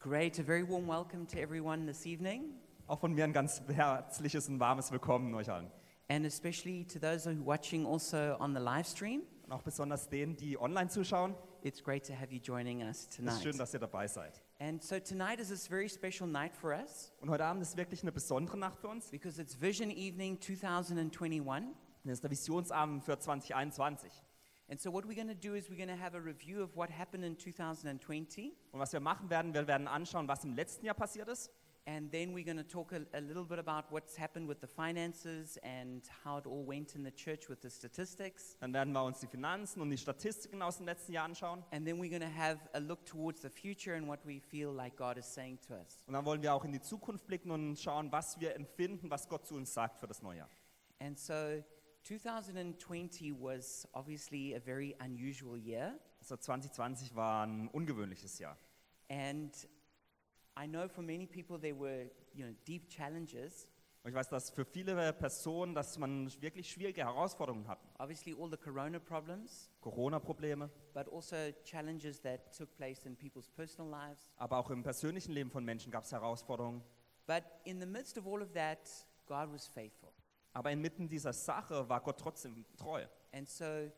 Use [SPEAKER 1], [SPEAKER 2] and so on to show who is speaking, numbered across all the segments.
[SPEAKER 1] Great. A very warm welcome to everyone this evening,
[SPEAKER 2] Auch von mir ein ganz herzliches und warmes Willkommen euch allen.
[SPEAKER 1] and especially to those who are watching also on the live stream.
[SPEAKER 2] Und auch besonders denen, die online zuschauen.
[SPEAKER 1] It's great to have you joining us
[SPEAKER 2] Es ist
[SPEAKER 1] tonight.
[SPEAKER 2] schön, dass ihr dabei seid.
[SPEAKER 1] and so tonight is this very special night for us
[SPEAKER 2] Und heute Abend ist wirklich eine besondere Nacht für uns.
[SPEAKER 1] because it's Vision Evening 2021.
[SPEAKER 2] Es ist der Visionsabend für 2021.
[SPEAKER 1] And so what we're going to do is we're going to have a review of what happened in 2020,
[SPEAKER 2] Und was wir machen werden, wir werden anschauen, was im letzten Jahr passiert ist.
[SPEAKER 1] and then we're going to talk a, a little bit about what's happened with the finances and how it all went in the church with the statistics.
[SPEAKER 2] Dann werden wir uns die Finanzen und die Statistiken aus dem letzten Jahr anschauen.
[SPEAKER 1] And then we're going to have a look towards the future and what we feel like God is saying to us.
[SPEAKER 2] Und dann wollen wir auch in die Zukunft blicken und schauen, was wir empfinden, was Gott zu uns sagt für das neue Jahr.
[SPEAKER 1] And so 2020 was obviously a very unusual year.
[SPEAKER 2] Also 2020 war ein ungewöhnliches Jahr.
[SPEAKER 1] And I know for many people there were you know, deep challenges.
[SPEAKER 2] Und ich weiß, dass für viele Personen, dass man wirklich schwierige Herausforderungen hat.
[SPEAKER 1] Obviously, all the corona problems,
[SPEAKER 2] Corona-Probleme,
[SPEAKER 1] but also challenges that took place in people's personal lives.
[SPEAKER 2] aber auch im persönlichen Leben von Menschen gab es Herausforderungen.
[SPEAKER 1] But in the midst of all of that, God was faithful.
[SPEAKER 2] Aber inmitten dieser Sache war Gott trotzdem treu.
[SPEAKER 1] And so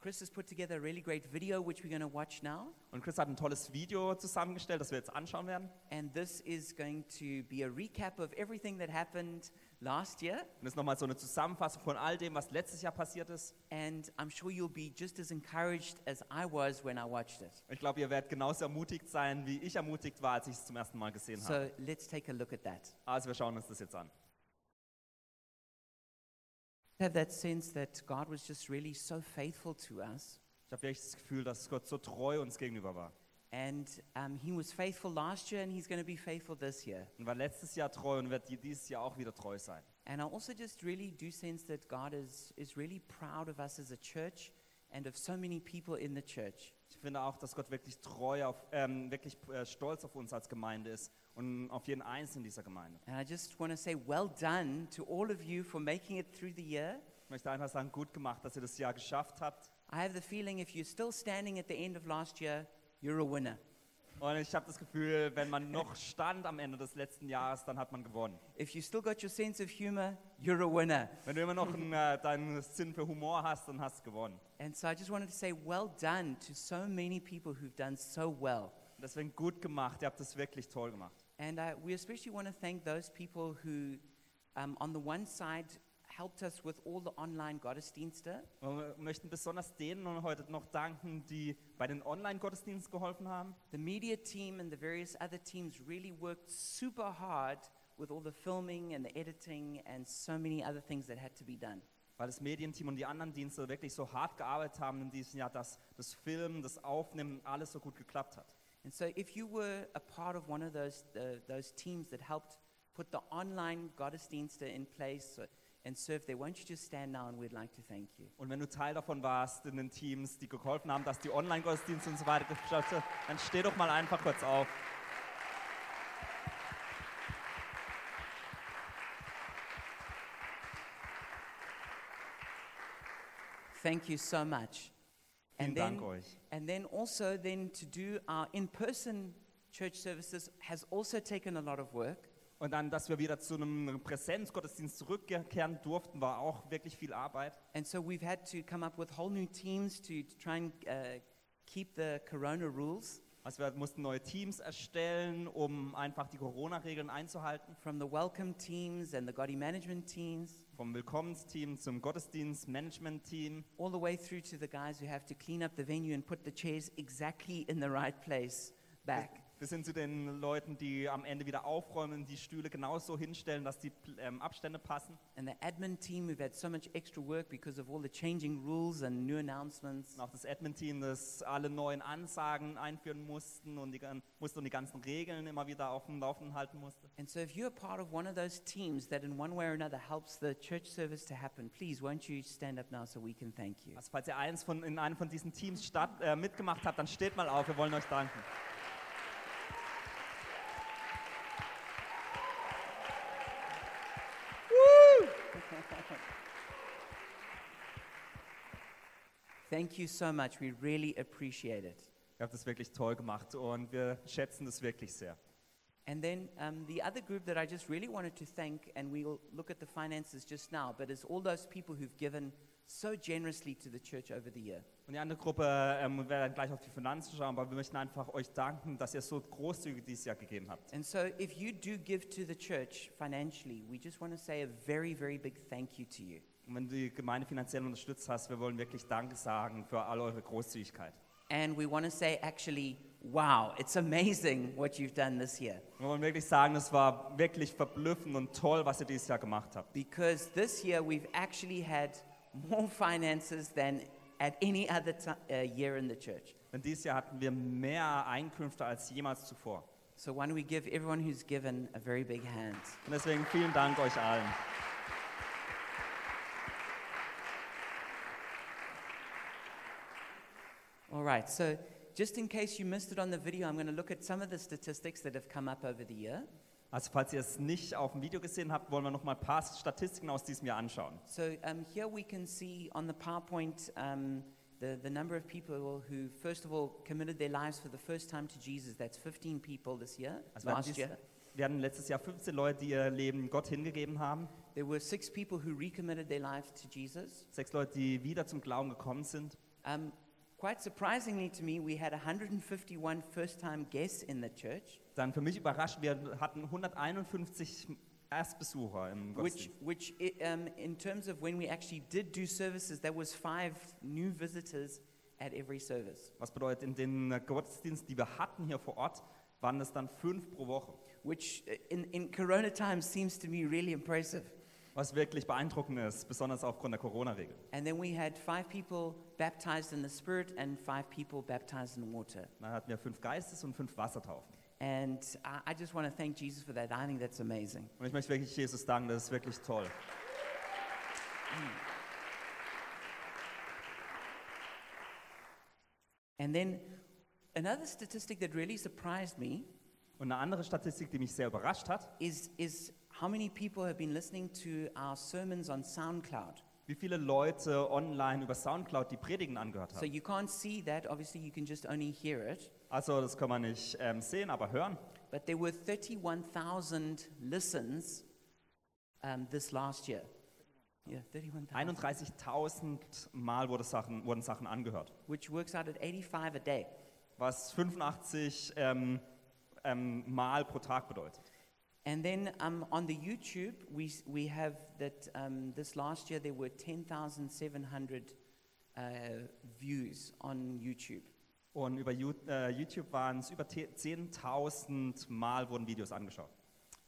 [SPEAKER 1] Chris has put together a really great video, which we're going to watch now.
[SPEAKER 2] Und Chris hat ein tolles Video zusammengestellt, das wir jetzt anschauen werden.
[SPEAKER 1] And this is going to be a recap of everything that happened last year.
[SPEAKER 2] Und das ist nochmal so eine Zusammenfassung von all dem, was letztes Jahr passiert ist.
[SPEAKER 1] And I'm sure you'll be just as encouraged as I was when I watched it.
[SPEAKER 2] Und ich glaube, ihr werdet genauso ermutigt sein, wie ich ermutigt war, als ich es zum ersten Mal gesehen habe.
[SPEAKER 1] So let's take a look at that.
[SPEAKER 2] Also wir schauen uns das jetzt an.
[SPEAKER 1] Have that sense that God was just really so faithful to us.
[SPEAKER 2] Ich habe wirklich das Gefühl, dass Gott so treu uns gegenüber war.
[SPEAKER 1] And um, He was faithful last year, and He's going to be faithful this year.
[SPEAKER 2] Und war letztes Jahr treu und wird dir dieses Jahr auch wieder treu sein.
[SPEAKER 1] And I also just really do sense that God is, is really proud of us as a church and of so many people in the church.
[SPEAKER 2] Ich finde auch, dass Gott wirklich treu auf, ähm, wirklich äh, stolz auf uns als Gemeinde ist und auf jeden Einzelnen dieser Gemeinde.
[SPEAKER 1] And I just want to say, well done to all of you for making it through the year.
[SPEAKER 2] Ich möchte einfach sagen, gut gemacht, dass ihr das Jahr geschafft habt.
[SPEAKER 1] I have the feeling if you're still standing at the end of last year, you're a winner.
[SPEAKER 2] Und ich habe das Gefühl, wenn man noch stand am Ende des letzten Jahres, dann hat man gewonnen.
[SPEAKER 1] If you still got your sense of humor, you're a winner.
[SPEAKER 2] Wenn du immer noch einen, äh, deinen Sinn für Humor hast, dann hast du gewonnen.
[SPEAKER 1] And so I just wanted to say, well done to so many people who've done so well.
[SPEAKER 2] Deswegen gut gemacht, ihr habt es wirklich toll gemacht.
[SPEAKER 1] And uh, we especially want to thank those people who, um, on the one side, helped us with all the online Gottesdienste.
[SPEAKER 2] Und wir möchten besonders denen heute noch danken, die bei den Online-Gottesdiensten geholfen haben.
[SPEAKER 1] The media team and the various other teams really worked super hard with all the filming and the editing and so many other things that had to be done.
[SPEAKER 2] Weil das Medienteam und die anderen Dienste wirklich so hart gearbeitet haben in diesem Jahr, dass das Filmen, das Aufnehmen, alles so gut geklappt hat.
[SPEAKER 1] And so, if you were a part of one of those, uh, those teams that helped put the online Gottesdienste in place uh, and serve there, won't you just stand now and we'd like to thank you?
[SPEAKER 2] Und wenn du Teil davon warst in den Teams, die geholfen haben, dass die Online-Gottesdienste und so weiter geklappt haben, dann steh doch mal einfach kurz auf.
[SPEAKER 1] Thank you so much.
[SPEAKER 2] Vielen
[SPEAKER 1] And then,
[SPEAKER 2] Dank euch.
[SPEAKER 1] and then also then to do our in-person church services has also taken a lot of work.
[SPEAKER 2] Und dann, dass wir wieder zu einem Präsenzgottesdienst zurückkehren durften, war auch wirklich viel Arbeit.
[SPEAKER 1] And so we've had to come up with whole new teams to, to try and uh, keep the corona rules
[SPEAKER 2] Also wir mussten neue Teams erstellen, um einfach die Corona-Regeln einzuhalten.
[SPEAKER 1] from the welcome teams and the Gotti management teams.
[SPEAKER 2] Vom Willkommensteam zum Gottesdienst-Management-Team.
[SPEAKER 1] all the way through to the guys who have to clean up the venue and put the chairs exactly in the right place back.
[SPEAKER 2] Bis hin zu den Leuten, die am Ende wieder aufräumen, die Stühle genauso hinstellen, dass die ähm, Abstände passen.
[SPEAKER 1] And the admin team, we've had so much extra work because of all the changing rules and new announcements.
[SPEAKER 2] Und auch das Admin-Team, das alle neuen Ansagen einführen mussten und die, gan- musste und die ganzen Regeln immer wieder auf dem Laufen halten musste.
[SPEAKER 1] And so, if you're part of one of those teams that, in one way or another, helps the church service to happen, please won't you stand up now so we can thank you.
[SPEAKER 2] Also falls ihr eins von, in einem von diesen Teams statt, äh, mitgemacht habt, dann steht mal auf, wir wollen euch danken.
[SPEAKER 1] Thank you so much. We really appreciate it.
[SPEAKER 2] Ihr habt das wirklich toll gemacht und wir schätzen das wirklich sehr.
[SPEAKER 1] And then um, the other group that I just really wanted to thank, and we'll look at the finances just now, but it's all those people who've given so generously to the church over the year.
[SPEAKER 2] Und die andere Gruppe ähm, wir werden gleich auf die Finanzen schauen, aber wir möchten einfach euch danken, dass ihr so großzügig dieses Jahr gegeben habt.
[SPEAKER 1] And so if you do give to the church financially, we just want to say a very, very big thank you to you.
[SPEAKER 2] Und wenn du die Gemeinde finanziell unterstützt hast, wir wollen wirklich Danke sagen für all eure Großzügigkeit.
[SPEAKER 1] And we want to say, actually, wow, it's amazing what you've done this year.
[SPEAKER 2] Wir wollen wirklich sagen, es war wirklich verblüffend und toll, was ihr dieses Jahr gemacht habt.
[SPEAKER 1] Because this year we've actually had more finances than at any other ti uh, year in the church.
[SPEAKER 2] Denn dieses Jahr hatten wir mehr Einkünfte als jemals zuvor.
[SPEAKER 1] So why don't we give everyone who's given a very big hand?
[SPEAKER 2] Und deswegen vielen Dank euch allen.
[SPEAKER 1] All right, so just in case you missed it on the video, I'm going to look at some of the statistics that have come up over the year.
[SPEAKER 2] Also falls ihr es nicht auf dem Video gesehen habt, wollen wir noch mal ein paar Statistiken aus diesem Jahr anschauen.
[SPEAKER 1] So um, here we can see on the PowerPoint um, the, the number of people who, first of all, committed their lives for the first time to Jesus. That's 15 people this year,
[SPEAKER 2] Also wir hatten,
[SPEAKER 1] last
[SPEAKER 2] dies,
[SPEAKER 1] year.
[SPEAKER 2] wir hatten letztes Jahr 15 Leute, die ihr Leben Gott hingegeben haben,
[SPEAKER 1] There were six people who recommitted their life to Jesus.
[SPEAKER 2] sechs Leute, die wieder zum Glauben gekommen sind.
[SPEAKER 1] Um, quite surprisingly to me, we had 151 first time guests in the church,
[SPEAKER 2] Dann für mich überrascht, wir hatten 151 Erstbesucher im
[SPEAKER 1] which,
[SPEAKER 2] Gottesdienst.
[SPEAKER 1] which i- um, in terms of when we actually did do services, there was five new visitors at every service,
[SPEAKER 2] Was bedeutet, in den äh, Gottesdiensten, die wir hatten hier vor Ort, waren es dann fünf pro Woche.
[SPEAKER 1] which i- in, in Corona times seems to me really impressive.
[SPEAKER 2] Was wirklich beeindruckend ist, besonders aufgrund der Corona-Regel.
[SPEAKER 1] And then we had five people baptized in the Spirit and five people baptized in water.
[SPEAKER 2] Dann hatten wir fünf Geistes- und fünf Wassertaufen.
[SPEAKER 1] And I, I just want to thank Jesus for that. I think that's amazing.
[SPEAKER 2] Und ich möchte wirklich Jesus danken, das ist wirklich toll.
[SPEAKER 1] And then another statistic that really surprised me
[SPEAKER 2] Und eine andere Statistik, die mich sehr überrascht hat,
[SPEAKER 1] is, is how many people have been listening to our sermons on SoundCloud.
[SPEAKER 2] wie viele Leute online über Soundcloud die Predigen angehört
[SPEAKER 1] So
[SPEAKER 2] haben.
[SPEAKER 1] you can't see that, obviously, you can just only hear it.
[SPEAKER 2] Also das kann man nicht ähm, sehen, aber hören.
[SPEAKER 1] But there were 31,000 listens um, this last year. Yeah, 31,000.
[SPEAKER 2] 31.000 Mal wurde Sachen, wurden Sachen angehört,
[SPEAKER 1] Which works out at 85 a day.
[SPEAKER 2] was 85 ähm, ähm, Mal pro Tag bedeutet.
[SPEAKER 1] And then um, on the YouTube, we, s- we have that um, this last year there were 10,700 uh, views on YouTube.
[SPEAKER 2] Und über Ju- äh, YouTube waren es über te- 10.000 Mal wurden Videos angeschaut.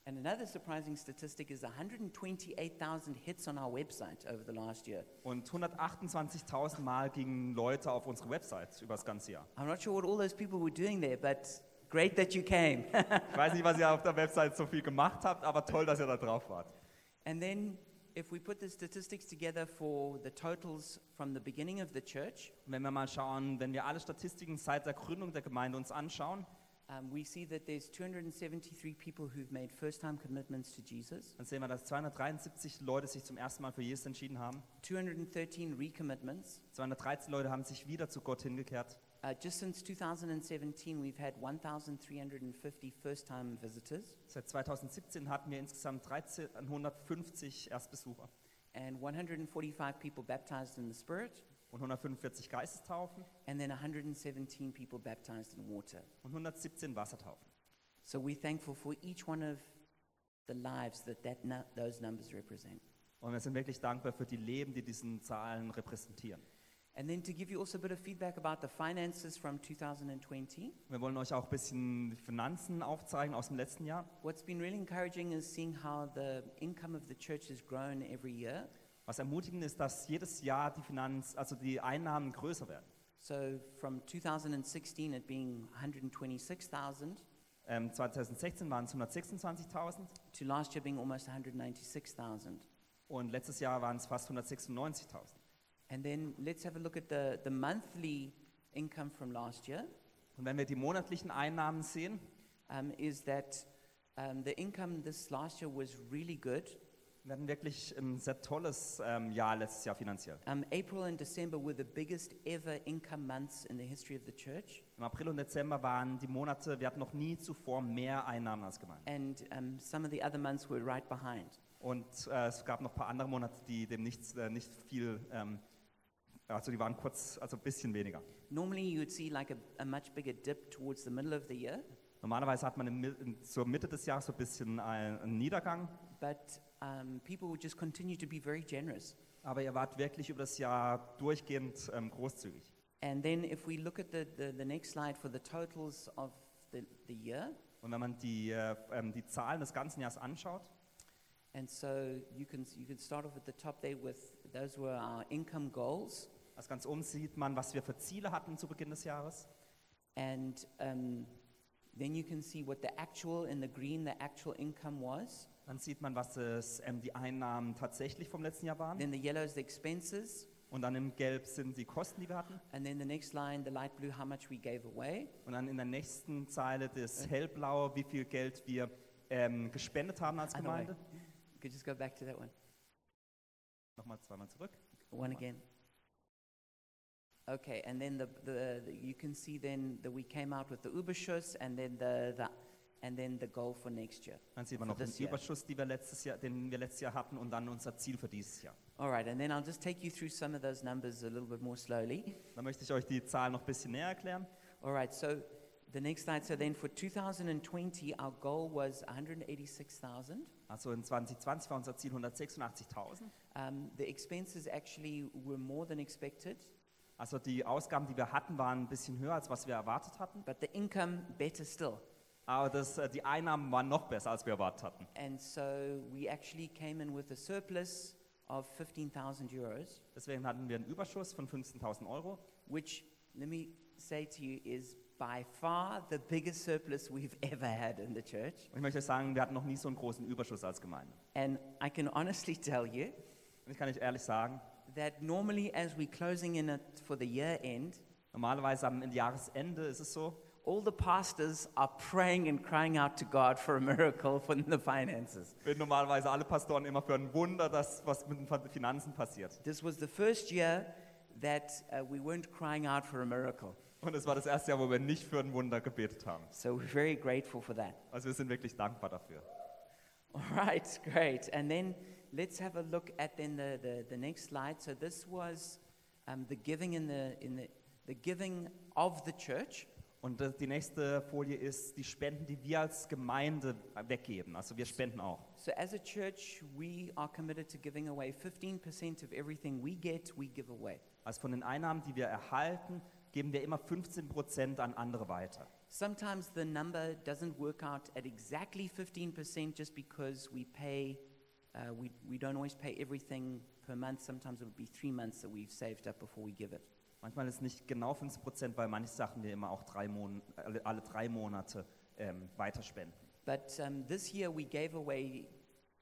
[SPEAKER 1] And another surprising statistic is 128,000 hits on our website over the last year.
[SPEAKER 2] Und 128.000 Mal gingen Leute auf unsere Website über das ganze Jahr.
[SPEAKER 1] I'm not sure what all those people were doing there, but great that you came.
[SPEAKER 2] Ich weiß nicht, was ihr auf der Website so viel gemacht habt, aber toll, dass ihr da drauf wart.
[SPEAKER 1] and then if we put the statistics together for the totals from the beginning of the church,
[SPEAKER 2] Wenn wir mal schauen, wenn wir alle Statistiken seit der Gründung der Gemeinde uns anschauen,
[SPEAKER 1] um, we see that there's 273 people who've made first-time commitments to Jesus.
[SPEAKER 2] dann sehen wir, dass 273 Leute sich zum ersten Mal für Jesus entschieden haben.
[SPEAKER 1] 213 recommitments.
[SPEAKER 2] 213 Leute haben sich wieder zu Gott hingekehrt.
[SPEAKER 1] Uh, just since 2017, we've had 1,350 first time visitors
[SPEAKER 2] Seit 2017 hatten wir insgesamt 1350 Erstbesucher
[SPEAKER 1] and 145 people baptized in the Spirit,
[SPEAKER 2] und 145 Geistestaufen
[SPEAKER 1] and then 117 people baptized in water.
[SPEAKER 2] und 117 Wassertaufen.
[SPEAKER 1] So we're thankful for each one of the lives that, that nu- those numbers represent.
[SPEAKER 2] Und wir sind wirklich dankbar für die Leben, die diesen Zahlen repräsentieren.
[SPEAKER 1] And then to give you also a bit of feedback about the finances from 2020,
[SPEAKER 2] Wir wollen euch auch ein bisschen die Finanzen aufzeigen aus dem letzten Jahr.
[SPEAKER 1] what's been really encouraging is seeing how the income of the church has grown every year.
[SPEAKER 2] Was ermutigend ist, dass jedes Jahr die Finanz, also die Einnahmen größer werden.
[SPEAKER 1] So from 2016, it being 126,000
[SPEAKER 2] Ähm, 2016 waren es 126.000
[SPEAKER 1] to last year being almost 196,000.
[SPEAKER 2] und letztes Jahr waren es fast 196.000.
[SPEAKER 1] And then let's have a look at the, the monthly income from last year.
[SPEAKER 2] Und wenn wir die monatlichen Einnahmen sehen,
[SPEAKER 1] Um, is that um, the income this last year was really good,
[SPEAKER 2] Wir hatten wirklich ein sehr tolles ähm, Jahr letztes Jahr finanziell.
[SPEAKER 1] Um, April and December were the biggest ever income months in the history of the church.
[SPEAKER 2] Im April und Dezember waren die Monate, wir hatten noch nie zuvor mehr Einnahmen als gemeint.
[SPEAKER 1] And um, some of the other months were right behind.
[SPEAKER 2] Und äh, es gab noch ein paar andere Monate, die dem nicht, äh, nicht viel, ähm, also die waren kurz, also ein bisschen weniger.
[SPEAKER 1] Normally, you would see like a, a much bigger dip towards the middle of the year,
[SPEAKER 2] Normalerweise hat man im, Mi- in, zur Mitte des Jahres so ein bisschen ein- einen Niedergang,
[SPEAKER 1] but um, people would just continue to be very generous.
[SPEAKER 2] aber ihr wart wirklich über das Jahr durchgehend ähm, großzügig.
[SPEAKER 1] And then, if we look at the, the, the next slide for the totals of the, the year,
[SPEAKER 2] Und wenn man die, äh, ähm, die Zahlen des ganzen Jahres anschaut,
[SPEAKER 1] and so you can, you can start off at the top there with those were our income goals.
[SPEAKER 2] also ganz oben sieht man, was wir für Ziele hatten zu Beginn des Jahres.
[SPEAKER 1] And um, then you can see what the actual in the green, the actual income was.
[SPEAKER 2] Dann sieht man, was es, ähm, die Einnahmen tatsächlich vom letzten Jahr waren.
[SPEAKER 1] Then the yellow is the expenses.
[SPEAKER 2] Und dann im Gelb sind die Kosten, die wir hatten.
[SPEAKER 1] And then the next line, the light blue, how much we gave away.
[SPEAKER 2] Und dann in der nächsten Zeile das Hellblaue, wie viel Geld wir ähm, gespendet haben als
[SPEAKER 1] Either way.
[SPEAKER 2] Gemeinde.
[SPEAKER 1] You could just go back to that one.
[SPEAKER 2] Nochmal zweimal zurück.
[SPEAKER 1] One again. Okay, and then the, the, the- you can see then that we came out with the Überschuss and then the, the and then the goal for next year.
[SPEAKER 2] Dann sieht man
[SPEAKER 1] For
[SPEAKER 2] noch den
[SPEAKER 1] this year.
[SPEAKER 2] Überschuss, die wir letztes Jahr, den wir letztes Jahr hatten und dann unser Ziel für dieses Jahr.
[SPEAKER 1] All right, and then I'll just take you through some of those numbers a little bit more slowly.
[SPEAKER 2] Dann möchte ich euch die Zahlen noch ein bisschen näher erklären.
[SPEAKER 1] All right, so the next slide. So then for 2020, our goal was 186,000.
[SPEAKER 2] Also in 2020 war unser Ziel 186.000.
[SPEAKER 1] Um, the expenses actually were more than expected,
[SPEAKER 2] Also die Ausgaben, die wir hatten, waren ein bisschen höher, als was wir erwartet hatten.
[SPEAKER 1] but the income better still.
[SPEAKER 2] Aber das, äh, die Einnahmen waren noch besser, als wir erwartet hatten.
[SPEAKER 1] And so we actually came in with a surplus of 15,000 euros,
[SPEAKER 2] Deswegen hatten wir einen Überschuss von 15.000 Euro.
[SPEAKER 1] which, let me say to you, is by far the biggest surplus we've ever had in the church.
[SPEAKER 2] Und ich möchte euch sagen, wir hatten noch nie so einen großen Überschuss als Gemeinde.
[SPEAKER 1] And I can honestly tell you
[SPEAKER 2] Und ich kann euch ehrlich sagen,
[SPEAKER 1] that normally, as we're closing in it for the year end,
[SPEAKER 2] Normalerweise am Jahresende ist es so,
[SPEAKER 1] All the pastors are praying and crying out to God for a miracle for the finances.
[SPEAKER 2] beten normalerweise alle Pastoren immer für ein Wunder, dass was mit den Fin- Finanzen passiert.
[SPEAKER 1] This was the first year that uh, we weren't crying out for a miracle.
[SPEAKER 2] Und es war das erste Jahr, wo wir nicht für ein Wunder gebetet haben.
[SPEAKER 1] So we're very grateful for that.
[SPEAKER 2] Also wir sind wirklich dankbar dafür.
[SPEAKER 1] All right, great. And then let's have a look at then the, the, the next slide. So this was um, the giving in the, in the, the giving of the church.
[SPEAKER 2] Und das- die nächste Folie ist die Spenden, die wir als Gemeinde weggeben. Also wir spenden auch.
[SPEAKER 1] So as a church, we are committed to giving away 15% of everything we get, we give away.
[SPEAKER 2] Also von den Einnahmen, die wir erhalten, geben wir immer 15 Prozent an andere weiter.
[SPEAKER 1] Sometimes the number doesn't work out at exactly 15% just because we pay, uh, we, we don't always pay everything per month. Sometimes it would be three months that we've saved up before we give it.
[SPEAKER 2] Manchmal ist es nicht genau 15 Prozent, weil manche Sachen wir immer auch drei Mon alle, alle drei Monate ähm, weiterspenden.
[SPEAKER 1] But um, this year we gave away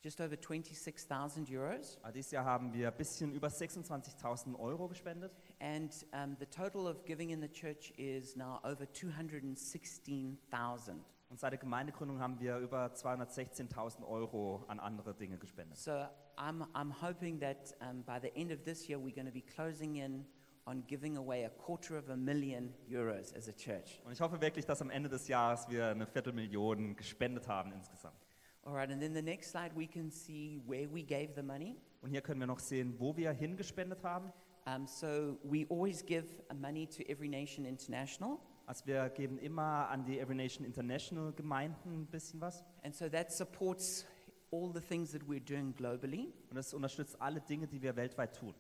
[SPEAKER 1] just over 26,000 euros,
[SPEAKER 2] Ah, Dieses Jahr haben wir ein bisschen über 26.000 Euro gespendet
[SPEAKER 1] and um, the total of giving in the church is now over 216,000.
[SPEAKER 2] und seit der Gemeindegründung haben wir über 216.000 Euro an andere Dinge gespendet.
[SPEAKER 1] So I'm, I'm hoping that um, by the end of this year, we're going to be closing in on giving away a quarter of a million euros as a church.
[SPEAKER 2] Und ich hoffe wirklich, dass am Ende des Jahres wir eine Viertelmillion gespendet haben insgesamt.
[SPEAKER 1] All right, and then the next slide, we can see where we gave the money.
[SPEAKER 2] Und hier können wir noch sehen, wo wir hingespendet haben.
[SPEAKER 1] Um, so we always give money to Every Nation International.
[SPEAKER 2] Also wir geben immer an die Every Nation International Gemeinden ein bisschen was.
[SPEAKER 1] And so that supports all the things that we're doing globally.
[SPEAKER 2] Und das unterstützt alle Dinge, die wir weltweit tun.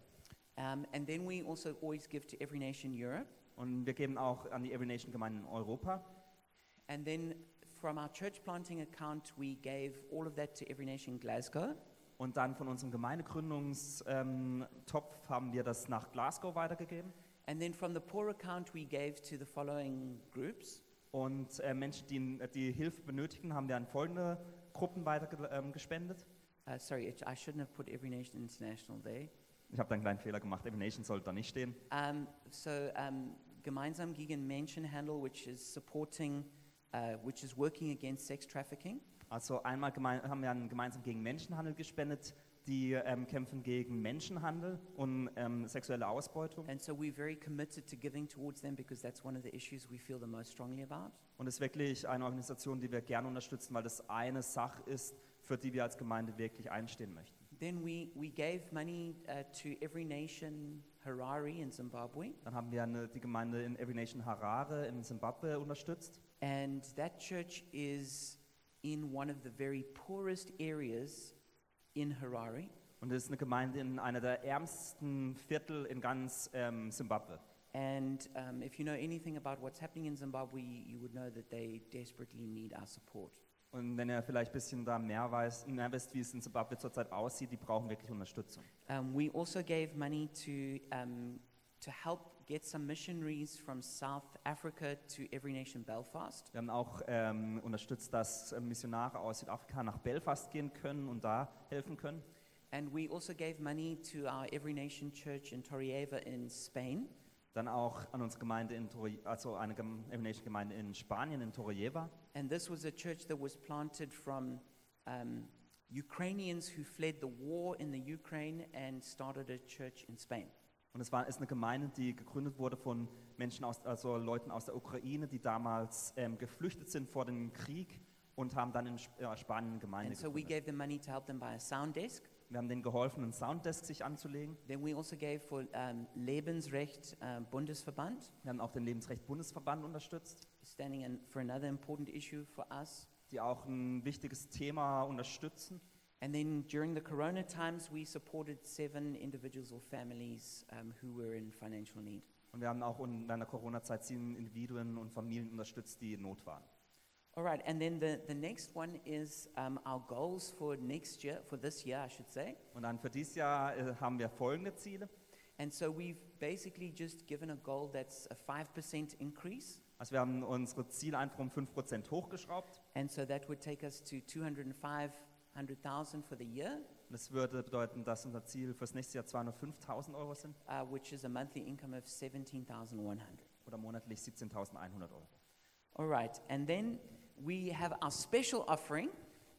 [SPEAKER 1] Um, and then we also always give to Every Nation Europe.
[SPEAKER 2] Und wir geben auch an die Every Nation Gemeinden in Europa.
[SPEAKER 1] And then from our church planting account, we gave all of that to Every Nation Glasgow.
[SPEAKER 2] Und dann von unserem Gemeindegründungstopf ähm, Topf haben wir das nach Glasgow weitergegeben.
[SPEAKER 1] And then from the poor account, we gave to the following groups.
[SPEAKER 2] Und äh, Menschen, die, die Hilfe benötigen, haben wir an folgende Gruppen weiter ähm, gespendet.
[SPEAKER 1] Uh, sorry, it, I shouldn't have put Every Nation International there.
[SPEAKER 2] Ich habe da einen kleinen Fehler gemacht. Every Nation sollte da nicht stehen.
[SPEAKER 1] Um, so, um, Gemeinsam gegen Menschenhandel, which is supporting, uh, which is working against sex trafficking.
[SPEAKER 2] Also einmal gemein, haben wir an gemeinsam gegen Menschenhandel gespendet die ähm, kämpfen gegen Menschenhandel und ähm, sexuelle Ausbeutung.
[SPEAKER 1] And so we're very committed to giving towards them because that's one of the issues we feel the most strongly about.
[SPEAKER 2] Und es ist wirklich eine Organisation, die wir gerne unterstützen, weil das eine Sache ist, für die wir als Gemeinde wirklich einstehen möchten.
[SPEAKER 1] Then we, we gave money uh, to Every Nation Harare in Zimbabwe,
[SPEAKER 2] Dann haben wir eine, die Gemeinde in Every Nation Harare in Zimbabwe unterstützt.
[SPEAKER 1] and that church is in one of the very poorest areas in Harare.
[SPEAKER 2] Und das ist eine Gemeinde in einer der ärmsten Viertel in ganz ähm, Zimbabwe.
[SPEAKER 1] And um, if you know anything about what's happening in Zimbabwe, you would know that they desperately need our support.
[SPEAKER 2] Und wenn ihr vielleicht ein bisschen da mehr, weiß, mehr wisst, wie es in Zimbabwe zurzeit aussieht, die brauchen wirklich Unterstützung.
[SPEAKER 1] Um, we also gave money to, um, to help get some missionaries from South Africa to Every Nation Belfast.
[SPEAKER 2] Wir haben auch ähm, unterstützt, dass äh, Missionare aus Südafrika nach Belfast gehen können und da helfen können.
[SPEAKER 1] And we also gave money to our Every Nation church in Torrealba in Spain.
[SPEAKER 2] Dann auch an unsere Gemeinde in Torre, also eine Gem- Every Nation Gemeinde in Spanien, in Torrejeva.
[SPEAKER 1] And this was a church that was planted from um, Ukrainians who fled the war in the Ukraine and started a church in Spain.
[SPEAKER 2] Und es war, ist eine Gemeinde, die gegründet wurde von Menschen aus, also Leuten aus der Ukraine, die damals ähm, geflüchtet sind vor dem Krieg und haben dann in Sp äh, Spanien eine Gemeinde
[SPEAKER 1] And so we
[SPEAKER 2] gegründet.
[SPEAKER 1] gave them money to help them buy a sound desk.
[SPEAKER 2] Wir haben denen geholfen, einen Sounddesk sich anzulegen.
[SPEAKER 1] Then we also gave for um, Lebensrecht um, Bundesverband,
[SPEAKER 2] Wir haben auch den Lebensrecht Bundesverband unterstützt,
[SPEAKER 1] standing in, for another important issue for us.
[SPEAKER 2] die auch ein wichtiges Thema unterstützen.
[SPEAKER 1] And then during the corona times, we supported seven individuals or families um, who were in financial need.
[SPEAKER 2] Und wir haben auch in der Corona-Zeit sieben Individuen und Familien unterstützt, die in Not waren.
[SPEAKER 1] All right, and then the, the next one is um, our goals for next year, for this year, I should say.
[SPEAKER 2] Und dann für dieses Jahr äh, haben wir folgende Ziele.
[SPEAKER 1] And so we've basically just given a goal that's a 5% increase.
[SPEAKER 2] Also wir haben unsere Ziele einfach um 5% hochgeschraubt.
[SPEAKER 1] And so that would take us to 205,000 for the year,
[SPEAKER 2] Und Das würde bedeuten, dass unser Ziel fürs nächste Jahr 205.000 Euro sind
[SPEAKER 1] uh, which is a monthly income of 17,100.
[SPEAKER 2] oder monatlich 17.100 Euro.
[SPEAKER 1] All right, and then we have our special offering.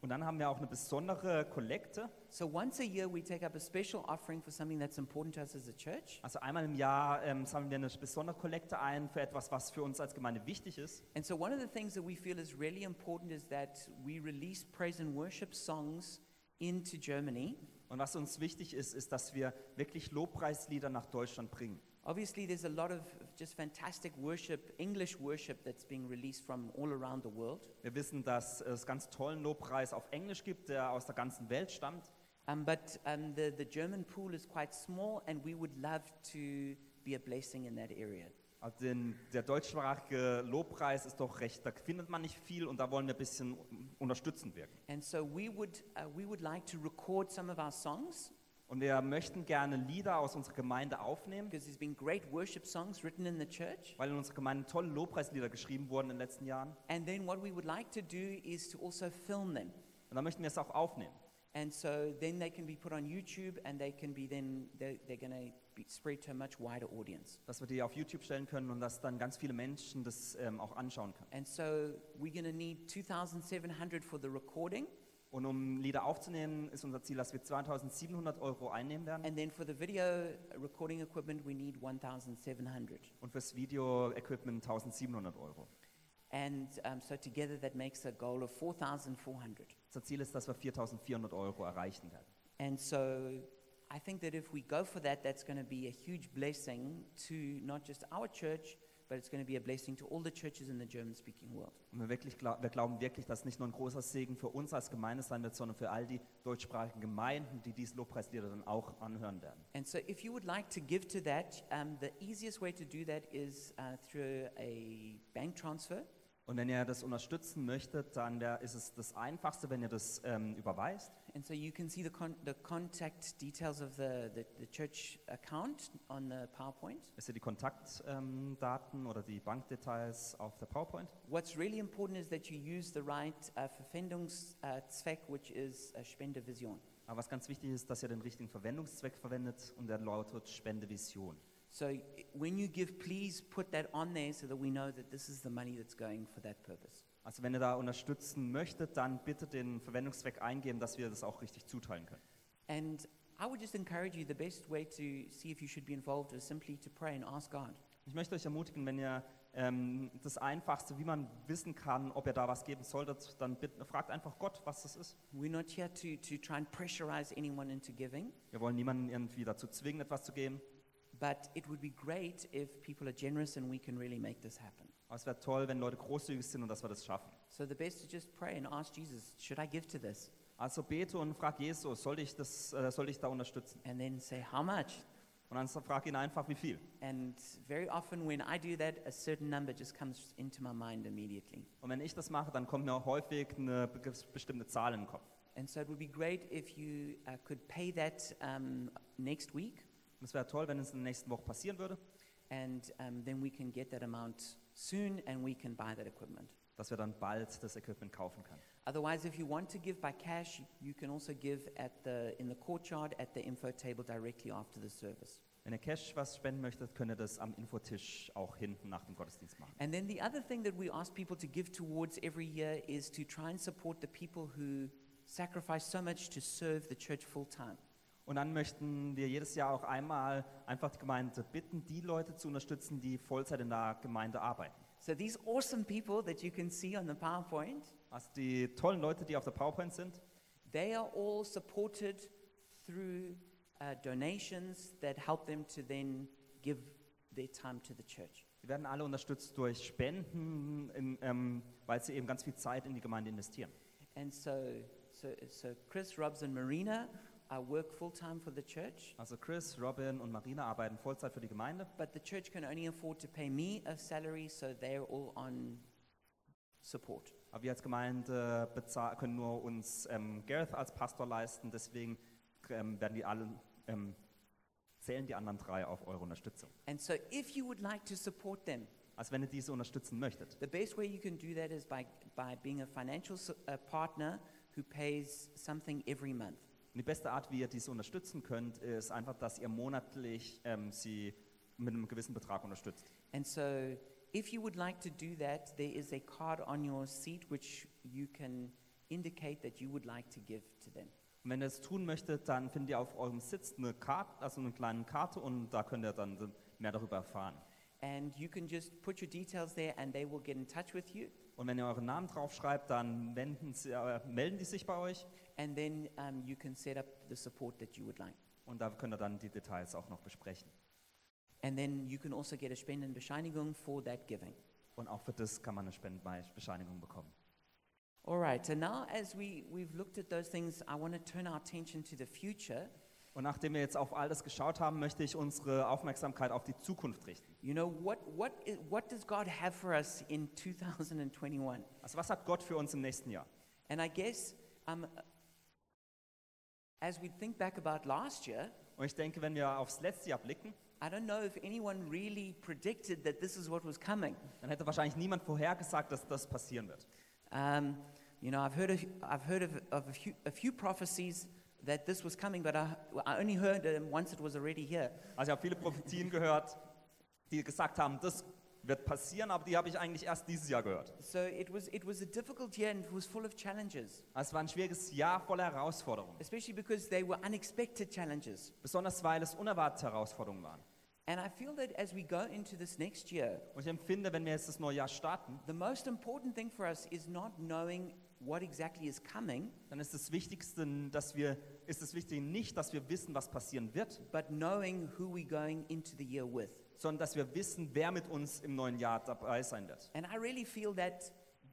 [SPEAKER 2] Und dann haben wir auch eine besondere Kollekte.
[SPEAKER 1] So once a year, we take up a special offering for something that's important to us as a church.
[SPEAKER 2] Also einmal im Jahr ähm, sammeln wir eine besondere Kollekte ein für etwas, was für uns als Gemeinde wichtig ist.
[SPEAKER 1] And so one of the things that we feel is really important is that we release praise and worship songs into Germany.
[SPEAKER 2] Und was uns wichtig ist, ist, dass wir wirklich Lobpreislieder nach Deutschland bringen.
[SPEAKER 1] Obviously, there's a lot of just fantastic worship, English worship, that's being released from all around the world.
[SPEAKER 2] Wir wissen, dass es ganz tollen Lobpreis auf Englisch gibt, der aus der ganzen Welt stammt.
[SPEAKER 1] Um, but um, the, the German pool is quite small, and we would love to be a blessing in that area.
[SPEAKER 2] Also den, der deutschsprachige Lobpreis ist doch recht, da findet man nicht viel und da wollen wir ein bisschen unterstützend wirken.
[SPEAKER 1] And so we would, uh, we would like to record some of our songs
[SPEAKER 2] Und wir möchten gerne Lieder aus unserer Gemeinde aufnehmen,
[SPEAKER 1] because there's been great worship songs written in the church.
[SPEAKER 2] weil in unserer Gemeinde tolle Lobpreislieder geschrieben wurden in den letzten Jahren.
[SPEAKER 1] And then what we would like to do is to also film them.
[SPEAKER 2] Und da möchten wir es auch aufnehmen.
[SPEAKER 1] And so then they can be put on YouTube and they can be then, they're, they're going to be spread to a much wider audience.
[SPEAKER 2] Dass wir die auf YouTube stellen können und dass dann ganz viele Menschen das ähm, auch anschauen können.
[SPEAKER 1] And so we're going to need 2,700 for the recording.
[SPEAKER 2] Und um Lieder aufzunehmen, ist unser Ziel, dass wir 2700 Euro einnehmen werden.
[SPEAKER 1] And then for the video recording equipment, we need 1,700.
[SPEAKER 2] Und fürs Video-Equipment 1700 Euro.
[SPEAKER 1] And um, so together that makes a goal of 4,400.
[SPEAKER 2] Unser Ziel ist, dass wir 4400 Euro erreichen werden.
[SPEAKER 1] And so I think that if we go for that, that's going to be a huge blessing to not just our church, but it's going to be a blessing to all the churches in the German speaking world.
[SPEAKER 2] Und wir, wirklich glau wir glauben wirklich, dass nicht nur ein großer Segen für uns als Gemeinde sein wird, sondern für all die deutschsprachigen Gemeinden, die diese Lobpreislieder dann auch anhören werden.
[SPEAKER 1] And so, if you would like to give to that, um, the easiest way to do that is uh, through a bank transfer.
[SPEAKER 2] Und wenn ihr das unterstützen möchtet, dann wär, ist es das Einfachste, wenn ihr das ähm, überweist.
[SPEAKER 1] And so, you can see the, con- the contact details of the, the, the church account on the PowerPoint.
[SPEAKER 2] Es sind die Kontaktdaten oder die Bankdetails auf der PowerPoint.
[SPEAKER 1] What's really important is that you use the right uh, Verwendungszweck, which is uh, Spendevision.
[SPEAKER 2] Aber was ganz wichtig ist, dass ihr den richtigen Verwendungszweck verwendet und der lautet Spendevision.
[SPEAKER 1] So, i- when you give, please put that on there so that we know that this is the money that's going for that purpose.
[SPEAKER 2] Also wenn ihr da unterstützen möchtet, dann bitte den Verwendungszweck eingeben, dass wir das auch richtig zuteilen können.
[SPEAKER 1] And I would just encourage you the best way to see if you should be involved is simply to pray and ask God.
[SPEAKER 2] Ich möchte euch ermutigen, wenn ihr ähm, das Einfachste, wie man wissen kann, ob ihr da was geben solltet, dann bitte, fragt einfach Gott, was das ist.
[SPEAKER 1] We're not here to, to try and pressurize anyone into giving,
[SPEAKER 2] Wir wollen niemanden irgendwie dazu zwingen, etwas zu geben.
[SPEAKER 1] but it would be great if people are generous and we can really make this happen.
[SPEAKER 2] Aber es wäre toll, wenn Leute großzügig sind und dass wir das schaffen.
[SPEAKER 1] So the best is just pray and ask Jesus, should I give to this?
[SPEAKER 2] Also bete und frag Jesus, soll ich, das, äh, soll ich da unterstützen?
[SPEAKER 1] And then say, how much?
[SPEAKER 2] Und dann frag ihn einfach, wie viel.
[SPEAKER 1] And very often when I do that, a certain number just comes into my mind immediately.
[SPEAKER 2] Und wenn ich das mache, dann kommt mir auch häufig eine be- bestimmte Zahl in den Kopf.
[SPEAKER 1] And so it would be great if you uh, could pay that um, next week,
[SPEAKER 2] Und es wäre toll, wenn es in der nächsten Woche passieren würde,
[SPEAKER 1] and um, then we can get that amount soon and we can buy that equipment.
[SPEAKER 2] dass wir dann bald das Equipment kaufen können.
[SPEAKER 1] Otherwise, if you want to give by cash, you can also give at the, in the courtyard at the info table directly after the service.
[SPEAKER 2] Wenn ihr Cash was spenden möchtet, könnt ihr das am Infotisch auch hinten nach dem Gottesdienst machen.
[SPEAKER 1] And then the other thing that we ask people to give towards every year is to try and support the people who sacrifice so much to serve the church full time.
[SPEAKER 2] Und dann möchten wir jedes Jahr auch einmal einfach die Gemeinde bitten, die Leute zu unterstützen, die Vollzeit in der Gemeinde arbeiten.
[SPEAKER 1] So these awesome people that you can see on the PowerPoint,
[SPEAKER 2] Also die tollen Leute, die auf der PowerPoint sind,
[SPEAKER 1] they are all supported through uh, donations that help them to then give their time to the church.
[SPEAKER 2] die werden alle unterstützt durch Spenden, in, ähm, weil sie eben ganz viel Zeit in die Gemeinde investieren.
[SPEAKER 1] And so, so, so Chris, Robs, and Marina uh, work full time for the church,
[SPEAKER 2] Also Chris, Robin und Marina arbeiten Vollzeit für die Gemeinde.
[SPEAKER 1] but the church can only afford to pay me a salary, so they're all on support.
[SPEAKER 2] Aber wir als Gemeinde bezahl- können nur uns ähm, Gareth als Pastor leisten, deswegen ähm, werden die alle, ähm, zählen die anderen drei auf eure Unterstützung.
[SPEAKER 1] And so, if you would like to support them,
[SPEAKER 2] Also wenn ihr diese unterstützen möchtet,
[SPEAKER 1] the best way you can do that is by, by being a financial su- uh, partner who pays something every month.
[SPEAKER 2] Und die beste Art, wie ihr diese unterstützen könnt, ist einfach, dass ihr monatlich ähm, sie mit einem gewissen Betrag unterstützt.
[SPEAKER 1] And so, if you would like to do that, there is a card on your seat which you can indicate that you would like to give to them.
[SPEAKER 2] Und wenn ihr das tun möchtet, dann findet ihr auf eurem Sitz eine Karte, also eine kleine Karte und da könnt ihr dann mehr darüber erfahren.
[SPEAKER 1] And you can just put your details there and they will get in touch with you.
[SPEAKER 2] Und wenn ihr euren Namen draufschreibt, dann wenden sie, äh, melden die sich bei euch
[SPEAKER 1] And then um, you can set up the support that you would like.
[SPEAKER 2] und da könnt ihr dann die Details auch noch besprechen.
[SPEAKER 1] And then you can also get a Spendenbescheinigung for that giving.
[SPEAKER 2] Und auch für das kann man eine Spendenbescheinigung bekommen.
[SPEAKER 1] All right, and now as we, we've looked at those things, I want to turn our attention to the future.
[SPEAKER 2] Und nachdem wir jetzt auf all das geschaut haben, möchte ich unsere Aufmerksamkeit auf die Zukunft richten.
[SPEAKER 1] You know, what, what, i- what does God have for us in 2021?
[SPEAKER 2] Also was hat Gott für uns im nächsten Jahr?
[SPEAKER 1] And I guess um, as we think back about last year,
[SPEAKER 2] Und ich denke, wenn wir aufs letzte Jahr blicken,
[SPEAKER 1] I don't know if anyone really predicted that this is what was coming.
[SPEAKER 2] dann hätte wahrscheinlich niemand vorhergesagt, dass das passieren wird.
[SPEAKER 1] Um, you know, I've heard, of, I've heard of, of a, few, a few prophecies that this was coming, but I, I only heard them once it was already here.
[SPEAKER 2] Also ich habe viele Prophetien gehört, die gesagt haben, das wird passieren, aber die habe ich eigentlich erst dieses Jahr gehört.
[SPEAKER 1] So it was, it was a difficult year and it was full of challenges,
[SPEAKER 2] Also es war ein schwieriges Jahr voller Herausforderungen,
[SPEAKER 1] especially because they were unexpected challenges.
[SPEAKER 2] besonders weil es unerwartete Herausforderungen waren.
[SPEAKER 1] And I feel that as we go into this next year,
[SPEAKER 2] Und ich empfinde, wenn wir jetzt das neue Jahr starten,
[SPEAKER 1] the most important thing for us is not knowing what exactly is coming,
[SPEAKER 2] dann ist das Wichtigste, dass wir, ist das Wichtige nicht, dass wir wissen, was passieren wird,
[SPEAKER 1] but knowing who we're going into the year with.
[SPEAKER 2] sondern dass wir wissen, wer mit uns im neuen Jahr dabei sein wird.
[SPEAKER 1] And I really feel that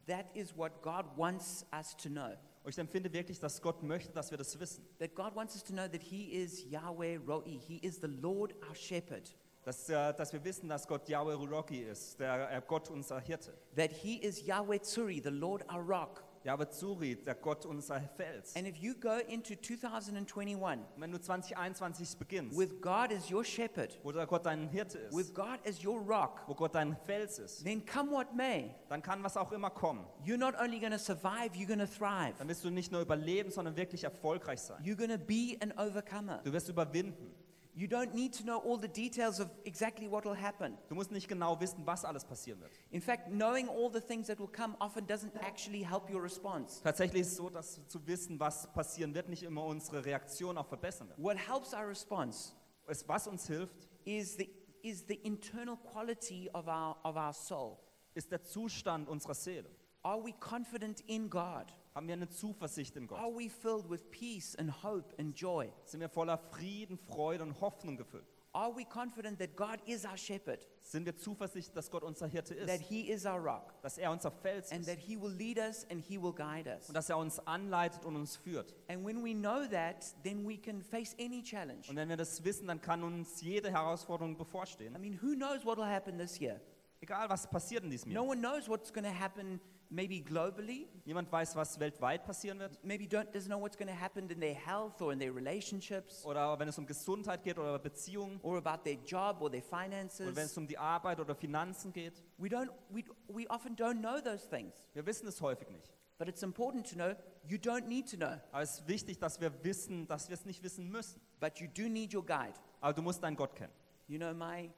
[SPEAKER 1] that is what God wants us to know.
[SPEAKER 2] Und ich empfinde wirklich, dass Gott möchte, dass wir das wissen.
[SPEAKER 1] That God wants us to know that He is Yahweh Ro'i, He is the Lord our shepherd,
[SPEAKER 2] Dass, äh, dass wir wissen, dass Gott Yahweh Rocky ist, der äh, Gott unser Hirte.
[SPEAKER 1] that He is Yahweh Tsuri, the Lord our rock.
[SPEAKER 2] Yahweh Zuri, der Gott unser Fels.
[SPEAKER 1] And if you go into 2021
[SPEAKER 2] Und wenn du 2021 beginnst,
[SPEAKER 1] with God as your shepherd,
[SPEAKER 2] wo der Gott dein Hirte
[SPEAKER 1] with
[SPEAKER 2] ist,
[SPEAKER 1] God as your rock,
[SPEAKER 2] wo Gott dein Fels ist,
[SPEAKER 1] then come what may,
[SPEAKER 2] dann kann was auch immer kommen.
[SPEAKER 1] you're not only going to survive, you're going to thrive.
[SPEAKER 2] Dann wirst du nicht nur überleben, sondern wirklich erfolgreich sein.
[SPEAKER 1] You're going to be an overcomer.
[SPEAKER 2] Du wirst überwinden.
[SPEAKER 1] You don't need to know all the details of exactly what will happen.
[SPEAKER 2] Du musst nicht genau wissen, was alles passieren wird.
[SPEAKER 1] In fact, knowing all the things that will come often doesn't actually help your response.
[SPEAKER 2] Tatsächlich ist es so, dass zu wissen, was passieren wird, nicht immer unsere Reaktion auch verbessern wird.
[SPEAKER 1] What helps our response
[SPEAKER 2] Es, was uns hilft,
[SPEAKER 1] is the, is the internal quality of our, of our soul.
[SPEAKER 2] ist der Zustand unserer Seele.
[SPEAKER 1] Are we confident in God?
[SPEAKER 2] Haben wir eine Zuversicht in
[SPEAKER 1] Are
[SPEAKER 2] Gott?
[SPEAKER 1] we filled with peace and hope and joy?
[SPEAKER 2] Sind wir voller Frieden, Freude und Hoffnung gefüllt?
[SPEAKER 1] Are we confident that God is our shepherd,
[SPEAKER 2] Sind wir Zuversicht, dass Gott unser Hirte
[SPEAKER 1] that
[SPEAKER 2] ist?
[SPEAKER 1] He is our rock,
[SPEAKER 2] Dass er unser Fels
[SPEAKER 1] and
[SPEAKER 2] ist?
[SPEAKER 1] that He will lead us and He will guide us?
[SPEAKER 2] Und dass er uns anleitet und uns führt.
[SPEAKER 1] And when we know that, then we can face any challenge.
[SPEAKER 2] Und wenn wir das wissen, dann kann uns jede Herausforderung
[SPEAKER 1] I
[SPEAKER 2] bevorstehen.
[SPEAKER 1] mean, who knows what will happen this year?
[SPEAKER 2] Egal, was passiert in diesem
[SPEAKER 1] No
[SPEAKER 2] Jahr.
[SPEAKER 1] one knows what's going to happen, maybe globally.
[SPEAKER 2] Niemand weiß, was weltweit passieren wird.
[SPEAKER 1] Maybe don't, doesn't know what's going to happen in their health or in their relationships
[SPEAKER 2] Oder wenn es um Gesundheit geht oder Beziehungen.
[SPEAKER 1] or about their job or their
[SPEAKER 2] Oder wenn
[SPEAKER 1] finances.
[SPEAKER 2] es um die Arbeit oder Finanzen geht.
[SPEAKER 1] We, don't, we, we often don't know those things.
[SPEAKER 2] Wir wissen es häufig nicht.
[SPEAKER 1] But it's important to know you don't need to know,
[SPEAKER 2] Aber es ist wichtig, dass wir wissen, dass wir es nicht wissen müssen.
[SPEAKER 1] but you do need your guide.
[SPEAKER 2] Aber du musst deinen Gott kennen.
[SPEAKER 1] You know, my,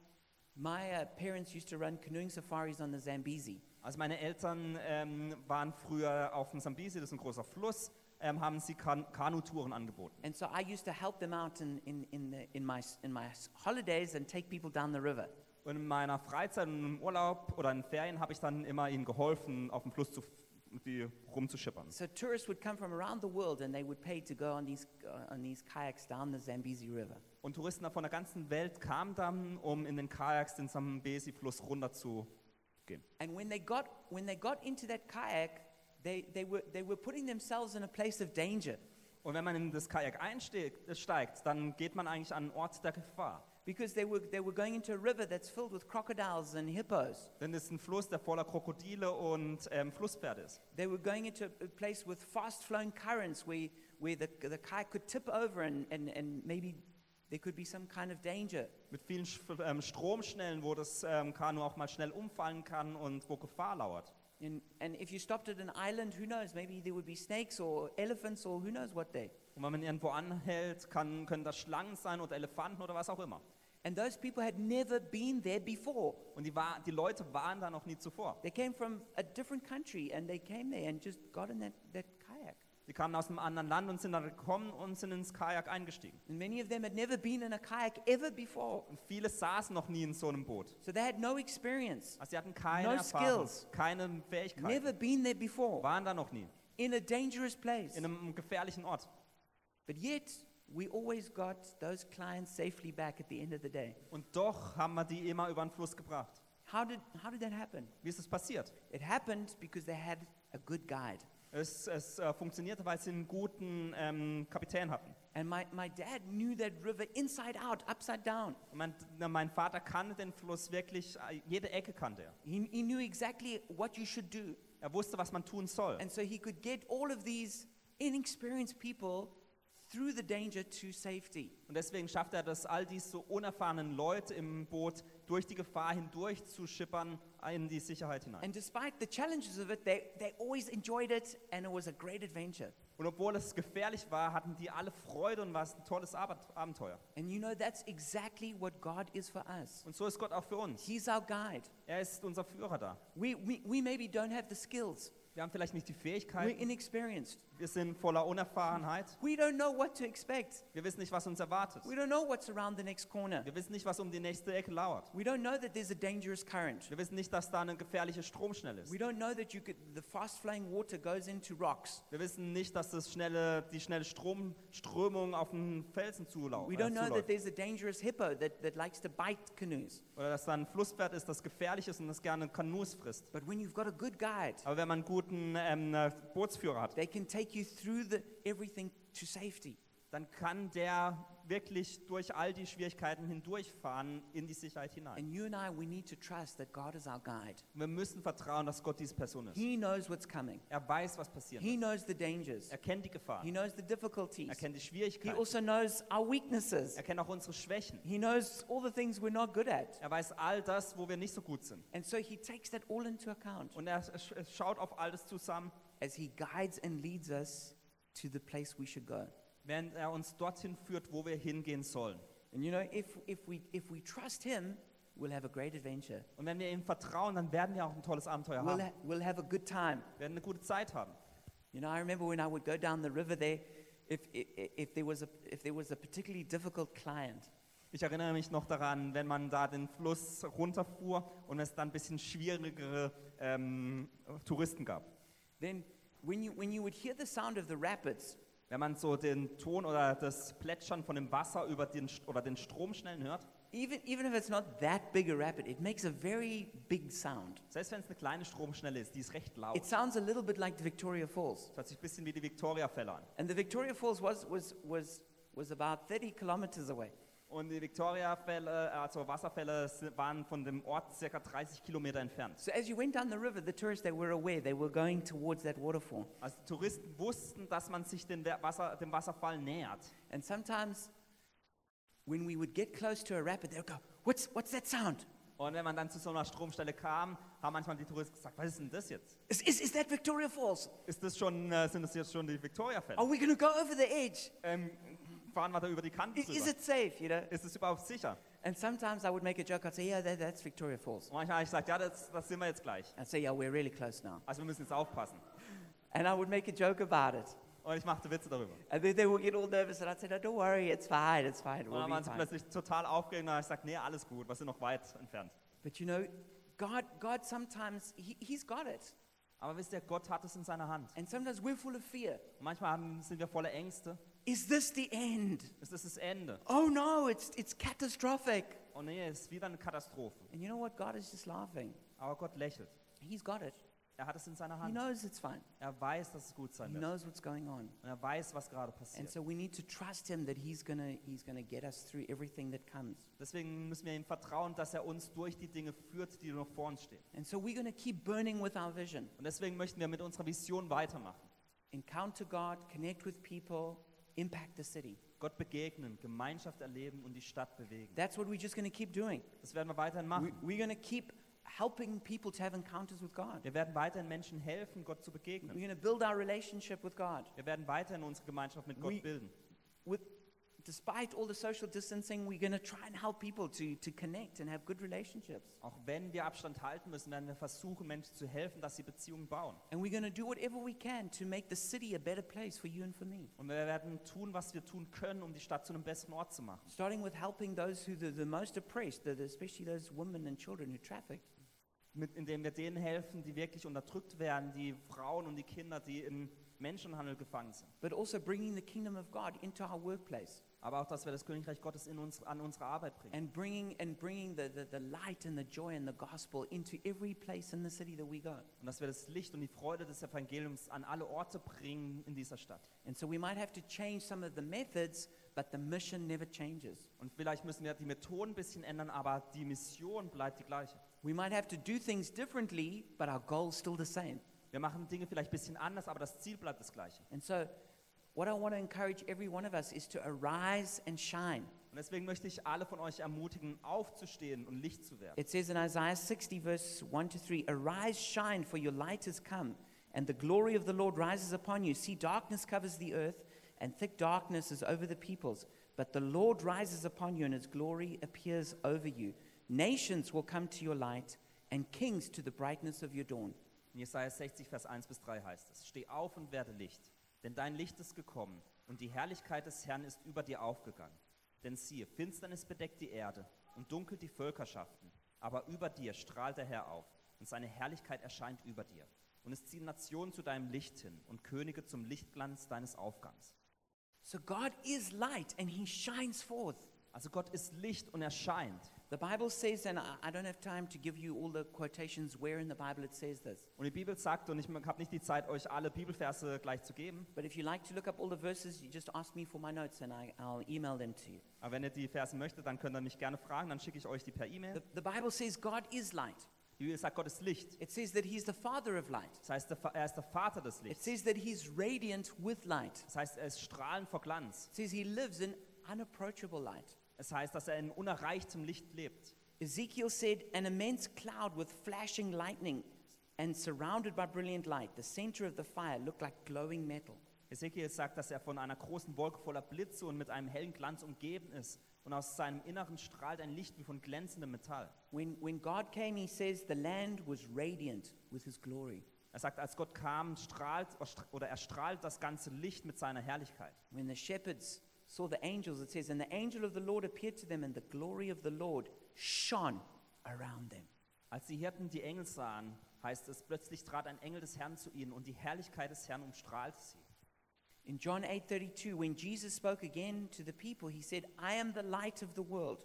[SPEAKER 1] my uh, parents used to run canoeing safaris on the Zambezi.
[SPEAKER 2] Also meine Eltern ähm, waren früher auf dem Sambesi, das ist ein großer Fluss, ähm, haben sie kan Kanutouren angeboten.
[SPEAKER 1] And so I used to help them out in, in, in, the, in, my, in my s- holidays and take people down the river.
[SPEAKER 2] Und in meiner Freizeit und im Urlaub oder in Ferien habe ich dann immer ihnen geholfen, auf dem Fluss zu, die rumzuschippern.
[SPEAKER 1] So tourists would come from around the world and they would pay to go on these, uh, on these kayaks down the Zambezi River.
[SPEAKER 2] Und Touristen von der ganzen Welt kamen dann, um in den Kajaks den Sambesi-Fluss runter zu gehen.
[SPEAKER 1] And when they got, when they got into that kayak, they, they, were, they were putting themselves in a place of danger
[SPEAKER 2] Und wenn man in das Kajak einsteigt, äh, steigt, dann geht man eigentlich an einen Ort der Gefahr.
[SPEAKER 1] because they were, they were going into a river that's filled with crocodiles and hippos.
[SPEAKER 2] Denn es ist ein Fluss, der voller Krokodile und ähm, Flusspferde ist.
[SPEAKER 1] They were going into a place with fast flowing currents where, where the, the kayak could tip over and, and, and maybe there could be some kind of danger.
[SPEAKER 2] Mit vielen Sch ähm, Stromschnellen, wo das ähm, Kanu auch mal schnell umfallen kann und wo Gefahr lauert.
[SPEAKER 1] And, and if you stopped at an island, who knows? Maybe there would be snakes or elephants or who knows what they.
[SPEAKER 2] Und wenn man irgendwo anhält, kann, können das Schlangen sein oder Elefanten oder was auch immer.
[SPEAKER 1] And those people had never been there before.
[SPEAKER 2] Und die, war, die Leute waren da noch nie zuvor.
[SPEAKER 1] They came from a different country and they came there and just got in that, that kayak.
[SPEAKER 2] Die kamen aus einem anderen Land und sind da gekommen und sind ins Kajak eingestiegen.
[SPEAKER 1] And many of them had never been in a kayak ever before.
[SPEAKER 2] Und viele saßen noch nie in so einem Boot.
[SPEAKER 1] So they had no experience,
[SPEAKER 2] Also sie hatten keine
[SPEAKER 1] No
[SPEAKER 2] Erfahrung,
[SPEAKER 1] skills.
[SPEAKER 2] keine
[SPEAKER 1] never
[SPEAKER 2] Fähigkeiten,
[SPEAKER 1] been there before,
[SPEAKER 2] waren da noch nie.
[SPEAKER 1] in a dangerous place.
[SPEAKER 2] In einem gefährlichen Ort.
[SPEAKER 1] But yet, we always got those clients safely back at the end of the day.
[SPEAKER 2] Und doch haben wir die immer über den Fluss gebracht.
[SPEAKER 1] How did, how did that happen?
[SPEAKER 2] Wie ist es passiert?
[SPEAKER 1] It happened because they had a good guide.
[SPEAKER 2] Es, es äh, funktionierte, weil sie einen guten ähm, Kapitän hatten.
[SPEAKER 1] And my, my dad knew that river inside out, upside down.
[SPEAKER 2] Und Mein, na, mein Vater kannte den Fluss wirklich, äh, jede Ecke kannte er.
[SPEAKER 1] He, he knew exactly what you should do.
[SPEAKER 2] Er wusste, was man tun soll.
[SPEAKER 1] And so he could get all of these inexperienced people through the danger to safety.
[SPEAKER 2] Und deswegen schaffte er das, all diese so unerfahrenen Leute im Boot durch die Gefahr hindurch zu schippern äh, in die Sicherheit hinein.
[SPEAKER 1] And despite the challenges of it, they, they always enjoyed it and it was a great adventure.
[SPEAKER 2] Und obwohl es gefährlich war, hatten die alle Freude und war es ein tolles Abend- Abenteuer.
[SPEAKER 1] And you know, that's exactly what God is for us.
[SPEAKER 2] Und so ist Gott auch für uns.
[SPEAKER 1] He's our guide.
[SPEAKER 2] Er ist unser Führer da.
[SPEAKER 1] We, we, we maybe don't have the skills.
[SPEAKER 2] Wir haben vielleicht nicht die
[SPEAKER 1] We're
[SPEAKER 2] Fähigkeiten,
[SPEAKER 1] inexperienced.
[SPEAKER 2] wir sind voller Unerfahrenheit.
[SPEAKER 1] We don't know what to expect.
[SPEAKER 2] Wir wissen nicht, was uns erwartet.
[SPEAKER 1] We don't know what's around the next corner.
[SPEAKER 2] Wir wissen nicht, was um die nächste Ecke lauert.
[SPEAKER 1] We don't know that there's a dangerous current.
[SPEAKER 2] Wir wissen nicht, dass da eine gefährliche Stromschnelle ist.
[SPEAKER 1] We don't know that you could, the fast flowing water goes into rocks.
[SPEAKER 2] Wir wissen nicht, dass das schnelle, die schnelle Stromströmung auf einen Felsen zulau
[SPEAKER 1] We
[SPEAKER 2] äh,
[SPEAKER 1] don't know that
[SPEAKER 2] zuläuft.
[SPEAKER 1] there's a dangerous hippo that, that likes to bite canoes.
[SPEAKER 2] Oder dass da ein Flusspferd ist, das gefährlich ist und das gerne Kanus frisst.
[SPEAKER 1] But when you've got a good guide,
[SPEAKER 2] Aber wenn man einen guten ähm, äh, Bootsführer hat,
[SPEAKER 1] they can take you through the, everything to safety.
[SPEAKER 2] dann kann der wirklich durch all die Schwierigkeiten hindurchfahren in die Sicherheit hinein.
[SPEAKER 1] And you and I, we need to trust that God is our guide.
[SPEAKER 2] Und wir müssen vertrauen, dass Gott diese Person ist.
[SPEAKER 1] He knows what's coming.
[SPEAKER 2] Er weiß, was passiert.
[SPEAKER 1] He knows the dangers.
[SPEAKER 2] Er kennt die Gefahren.
[SPEAKER 1] He knows the difficulties.
[SPEAKER 2] Er kennt die
[SPEAKER 1] He
[SPEAKER 2] Schwierigkeiten.
[SPEAKER 1] also knows our weaknesses.
[SPEAKER 2] Er kennt auch unsere Schwächen.
[SPEAKER 1] He knows all the things we're not good at.
[SPEAKER 2] Er weiß all das, wo wir nicht so gut sind.
[SPEAKER 1] And so he takes that all into account
[SPEAKER 2] Und er sch- schaut auf all das zusammen,
[SPEAKER 1] as he guides and leads us to the place we should go.
[SPEAKER 2] während er uns dorthin führt, wo wir hingehen sollen.
[SPEAKER 1] And you know, if, if, we, if we trust Him, we'll have a great adventure.
[SPEAKER 2] Und wenn wir ihm vertrauen, dann werden wir auch ein tolles Abenteuer
[SPEAKER 1] We'll,
[SPEAKER 2] haben.
[SPEAKER 1] ha- we'll have a good time.
[SPEAKER 2] Wir werden eine gute Zeit haben.
[SPEAKER 1] You know, I remember when I would go down the river there, if, if, if, there, was a, if there was a particularly difficult client,
[SPEAKER 2] Ich erinnere mich noch daran, wenn man da den Fluss runterfuhr und es dann ein bisschen schwierigere ähm, Touristen gab.
[SPEAKER 1] then when you, when you would hear the sound of the rapids,
[SPEAKER 2] Wenn man so den Ton oder das Plätschern von dem Wasser über den, St- oder den Stromschnellen hört,
[SPEAKER 1] even, even if it's not that big a rapid, it makes a very big sound.
[SPEAKER 2] selbst wenn es eine kleine Stromschnelle ist, die ist recht laut.
[SPEAKER 1] It sounds a little bit like the Victoria Falls.
[SPEAKER 2] Es hört sich ein bisschen wie die Victoria-Fälle an.
[SPEAKER 1] And the Victoria Falls was, was, was, was about 30 kilometers away.
[SPEAKER 2] Und die Victoria-Fälle, also Wasserfälle, si- waren von dem Ort circa 30 Kilometer entfernt.
[SPEAKER 1] So as you went down the river, the tourists, they were aware they were going towards that waterfall.
[SPEAKER 2] Also die Touristen wussten, dass man sich den Wer- Wasser, dem Wasserfall nähert.
[SPEAKER 1] And sometimes when we would get close to a rapid, they would go, what's, what's that sound?
[SPEAKER 2] Und wenn man dann zu so einer Stromstelle kam, haben manchmal die Touristen gesagt, was ist denn das jetzt?
[SPEAKER 1] Is, is, is that Victoria Falls?
[SPEAKER 2] Ist das schon, äh, sind das jetzt schon die Victoria-Fälle?
[SPEAKER 1] Are we going to go over the edge?
[SPEAKER 2] Ähm, fahren wir da über die Kante
[SPEAKER 1] Is, is
[SPEAKER 2] drüber?
[SPEAKER 1] it safe, you know?
[SPEAKER 2] Ist es überhaupt sicher?
[SPEAKER 1] And sometimes I would make a joke. I'd say, yeah, that, that's Victoria Falls.
[SPEAKER 2] Und manchmal habe ich gesagt, ja, das, das sind wir jetzt gleich.
[SPEAKER 1] I'd say, yeah, we're really close now.
[SPEAKER 2] Also wir müssen jetzt aufpassen.
[SPEAKER 1] And I would make a joke about it.
[SPEAKER 2] Und ich machte Witze darüber. Und
[SPEAKER 1] And then they would get all nervous and I'd say, no, don't worry, it's fine, it's fine, we'll
[SPEAKER 2] dann
[SPEAKER 1] be
[SPEAKER 2] waren sie
[SPEAKER 1] fine.
[SPEAKER 2] plötzlich total aufgeregt und habe ich gesagt, nee, alles gut, wir sind noch weit entfernt.
[SPEAKER 1] But you know, God, God sometimes, he, He's got it.
[SPEAKER 2] Aber wisst ihr, Gott hat es in seiner Hand.
[SPEAKER 1] And sometimes we're full of fear.
[SPEAKER 2] Und manchmal haben, sind wir voller Ängste.
[SPEAKER 1] Is this the end?
[SPEAKER 2] Es ist das Ende.
[SPEAKER 1] Oh no, it's, it's catastrophic.
[SPEAKER 2] Und nee, es ist wieder eine Katastrophe.
[SPEAKER 1] And you know what? God is just laughing.
[SPEAKER 2] Aber Gott lächelt.
[SPEAKER 1] He's got it.
[SPEAKER 2] Er hat es in seiner
[SPEAKER 1] He
[SPEAKER 2] Hand.
[SPEAKER 1] knows it's fine.
[SPEAKER 2] Er weiß, dass es gut sein
[SPEAKER 1] He
[SPEAKER 2] wird.
[SPEAKER 1] knows what's going on.
[SPEAKER 2] Und er weiß, was gerade
[SPEAKER 1] And
[SPEAKER 2] passiert.
[SPEAKER 1] so we need to trust him that he's going to he's going to get us through everything that comes.
[SPEAKER 2] Deswegen müssen wir ihm vertrauen, dass er uns durch die Dinge führt, die noch vor uns stehen.
[SPEAKER 1] And so we're going to keep burning with our vision.
[SPEAKER 2] Und deswegen möchten wir mit unserer Vision weitermachen.
[SPEAKER 1] Encounter God, connect with people, impact the city.
[SPEAKER 2] Gott begegnen, Gemeinschaft erleben und die Stadt bewegen.
[SPEAKER 1] That's what we're just going to keep doing.
[SPEAKER 2] Das werden wir weiterhin
[SPEAKER 1] We,
[SPEAKER 2] machen.
[SPEAKER 1] we're going to keep helping people to have encounters with God.
[SPEAKER 2] Wir werden weiterhin Menschen helfen, Gott zu
[SPEAKER 1] We're
[SPEAKER 2] begegnen.
[SPEAKER 1] going to build our relationship with God.
[SPEAKER 2] Wir werden weiterhin unsere Gemeinschaft mit
[SPEAKER 1] We-
[SPEAKER 2] Gott bilden.
[SPEAKER 1] With despite all the social distancing, we're going to try and help people to to connect and have good relationships.
[SPEAKER 2] Auch wenn wir Abstand halten müssen, werden wir versuchen, Menschen zu helfen, dass sie Beziehungen bauen.
[SPEAKER 1] And we're going to do whatever we can to make the city a better place for you and for me.
[SPEAKER 2] Und wir werden tun, was wir tun können, um die Stadt zu einem besseren Ort zu machen.
[SPEAKER 1] Starting with helping those who the, the most oppressed, the, the- especially those women and children who trafficked.
[SPEAKER 2] Mit, indem wir denen helfen, die wirklich unterdrückt werden, die Frauen und die Kinder, die in Menschenhandel gefangen sind.
[SPEAKER 1] but also bringing the kingdom of God into our workplace
[SPEAKER 2] Aber auch, dass wir das Königreich Gottes in uns, an unsere Arbeit bringen.
[SPEAKER 1] and bringing, and bringing the, the, the light and the joy and the gospel into every place in the city that we go.
[SPEAKER 2] Und dass wir das Licht und die Freude des Evangeliums an alle Orte bringen in dieser Stadt.
[SPEAKER 1] And so we might have to change some of the methods, but the mission never changes.
[SPEAKER 2] Und vielleicht müssen wir die Methoden ein bisschen ändern, aber die Mission bleibt die gleiche.
[SPEAKER 1] We might have to do things differently, but our goal's still the same.
[SPEAKER 2] Wir machen Dinge vielleicht ein bisschen anders, aber das Ziel bleibt das gleiche.
[SPEAKER 1] And so, what I want to encourage every one of us is to arise and shine.
[SPEAKER 2] Und deswegen möchte ich alle von euch ermutigen, aufzustehen und Licht zu werden.
[SPEAKER 1] It says in Isaiah 60, verse 1 to 3 Arise, shine, for your light has come, and the glory of the Lord rises upon you. See, darkness covers the earth, and thick darkness is over the peoples. But the Lord rises upon you, and his glory appears over you. Nations will come to your light, and kings to the brightness of your dawn.
[SPEAKER 2] In Jesaja 60, Vers 1 bis 3 heißt es: Steh auf und werde Licht, denn dein Licht ist gekommen und die Herrlichkeit des Herrn ist über dir aufgegangen. Denn siehe, Finsternis bedeckt die Erde und dunkelt die Völkerschaften, aber über dir strahlt der Herr auf und seine Herrlichkeit erscheint über dir. Und es ziehen Nationen zu deinem Licht hin und Könige zum Lichtglanz deines Aufgangs.
[SPEAKER 1] So God is light, and he shines forth.
[SPEAKER 2] Also Gott ist Licht und er scheint.
[SPEAKER 1] The Bible says, and I- I don't have time to give you all the quotations where in the Bible it says this,
[SPEAKER 2] Und die Bibel sagt, und ich habe nicht die Zeit, euch alle Bibelverse gleich zu geben,
[SPEAKER 1] But if you like to look up all the verses, you just ask me for my notes and I, I'll email them to you.
[SPEAKER 2] aber wenn ihr die Verse möchtet, dann könnt ihr mich gerne fragen, dann schicke ich euch die per E-Mail.
[SPEAKER 1] The, the Bible says God is light.
[SPEAKER 2] Die Bibel sagt, Gott ist Licht.
[SPEAKER 1] It says that He's the Father of light.
[SPEAKER 2] Das heißt, der Fa- er ist der Vater des
[SPEAKER 1] It
[SPEAKER 2] Lichts.
[SPEAKER 1] says that He's radiant with light.
[SPEAKER 2] Das heißt, er ist strahlend vor Glanz.
[SPEAKER 1] It says He lives in unapproachable light.
[SPEAKER 2] Es heißt, dass er in unerreichtem Licht lebt.
[SPEAKER 1] Ezekiel said, An immense cloud with flashing lightning and surrounded by brilliant light, the center of the fire looked like glowing metal.
[SPEAKER 2] Ezekiel sagt, dass er von einer großen Wolke voller Blitze und mit einem hellen Glanz umgeben ist und aus seinem Inneren strahlt ein Licht wie von glänzendem Metall.
[SPEAKER 1] When, when God came, he says the land was radiant with his glory.
[SPEAKER 2] Er sagt, als Gott kam, strahlt oder er strahlt das ganze Licht mit seiner Herrlichkeit.
[SPEAKER 1] When the shepherds saw the angels, it says, and the angel of the Lord appeared to them, and the glory of the Lord shone around them.
[SPEAKER 2] Als die Hirten die Engel sahen, heißt es, plötzlich trat ein Engel des Herrn zu ihnen und die Herrlichkeit des Herrn umstrahlte sie.
[SPEAKER 1] In John 8:32, when Jesus spoke again to the people, he said, "I am the light of the world.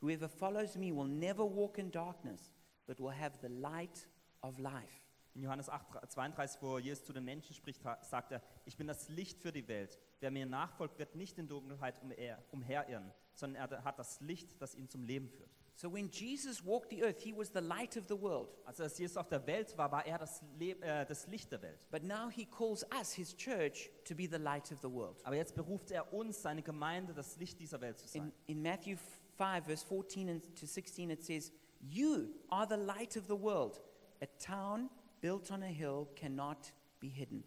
[SPEAKER 1] Whoever follows me will never walk in darkness, but will have the light of life."
[SPEAKER 2] In Johannes 8, 32, wo Jesus zu den Menschen spricht, ha- sagt er, ich bin das Licht für die Welt. Wer mir nachfolgt, wird nicht in Dunkelheit umher, umherirren, sondern er hat das Licht, das ihn zum Leben führt.
[SPEAKER 1] So when Jesus walked the earth, he was the light of the world.
[SPEAKER 2] Also als Jesus auf der Welt war, war er das, Leb- äh, das Licht der Welt.
[SPEAKER 1] But now he calls us, his church, to be the light of the world.
[SPEAKER 2] Aber jetzt beruft er uns, seine Gemeinde, das Licht dieser Welt zu sein.
[SPEAKER 1] In, in Matthew 5, verse 14 and to 16, it says, You are the light of the world. A town built on a hill cannot be hidden.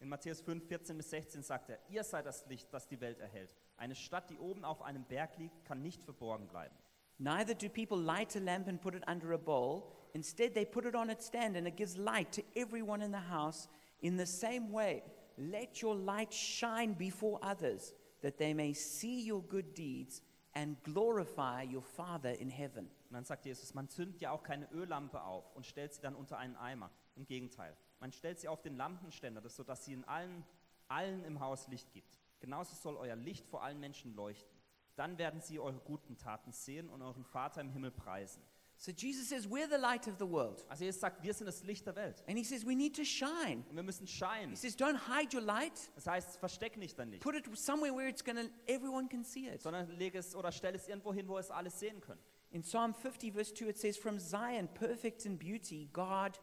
[SPEAKER 2] In Matthäus 5, 14 bis 16 sagt er, ihr seid das Licht, das die Welt erhält. Eine Stadt, die oben auf einem Berg liegt, kann nicht verborgen bleiben.
[SPEAKER 1] Neither do people light a lamp and put it under a bowl. Instead, they put it on its stand, and it gives light to everyone in the house. In the same way, let your light shine before others, that they may see your good deeds and glorify your Father in heaven.
[SPEAKER 2] Und dann sagt Jesus, man zündet ja auch keine Öllampe auf und stellt sie dann unter einen Eimer. Im Gegenteil, man stellt sie auf den Lampenständer, das- sodass sie in allen, allen im Haus Licht gibt. Genauso soll euer Licht vor allen Menschen leuchten. Dann werden sie eure guten Taten sehen und euren Vater im Himmel preisen.
[SPEAKER 1] So Jesus says, We're the light of the world.
[SPEAKER 2] Also Jesus sagt, wir sind das Licht der Welt
[SPEAKER 1] And he says, We need to shine.
[SPEAKER 2] und wir müssen
[SPEAKER 1] He
[SPEAKER 2] scheinen.
[SPEAKER 1] says, Don't hide your light.
[SPEAKER 2] Das heißt, versteck nicht dein Licht,
[SPEAKER 1] Put it somewhere where it's going to, everyone can see it.
[SPEAKER 2] sondern lege es oder stell es irgendwo hin, wo es alles sehen können.
[SPEAKER 1] In Psalm 50, verse 2, it says, From Zion, perfect in beauty, God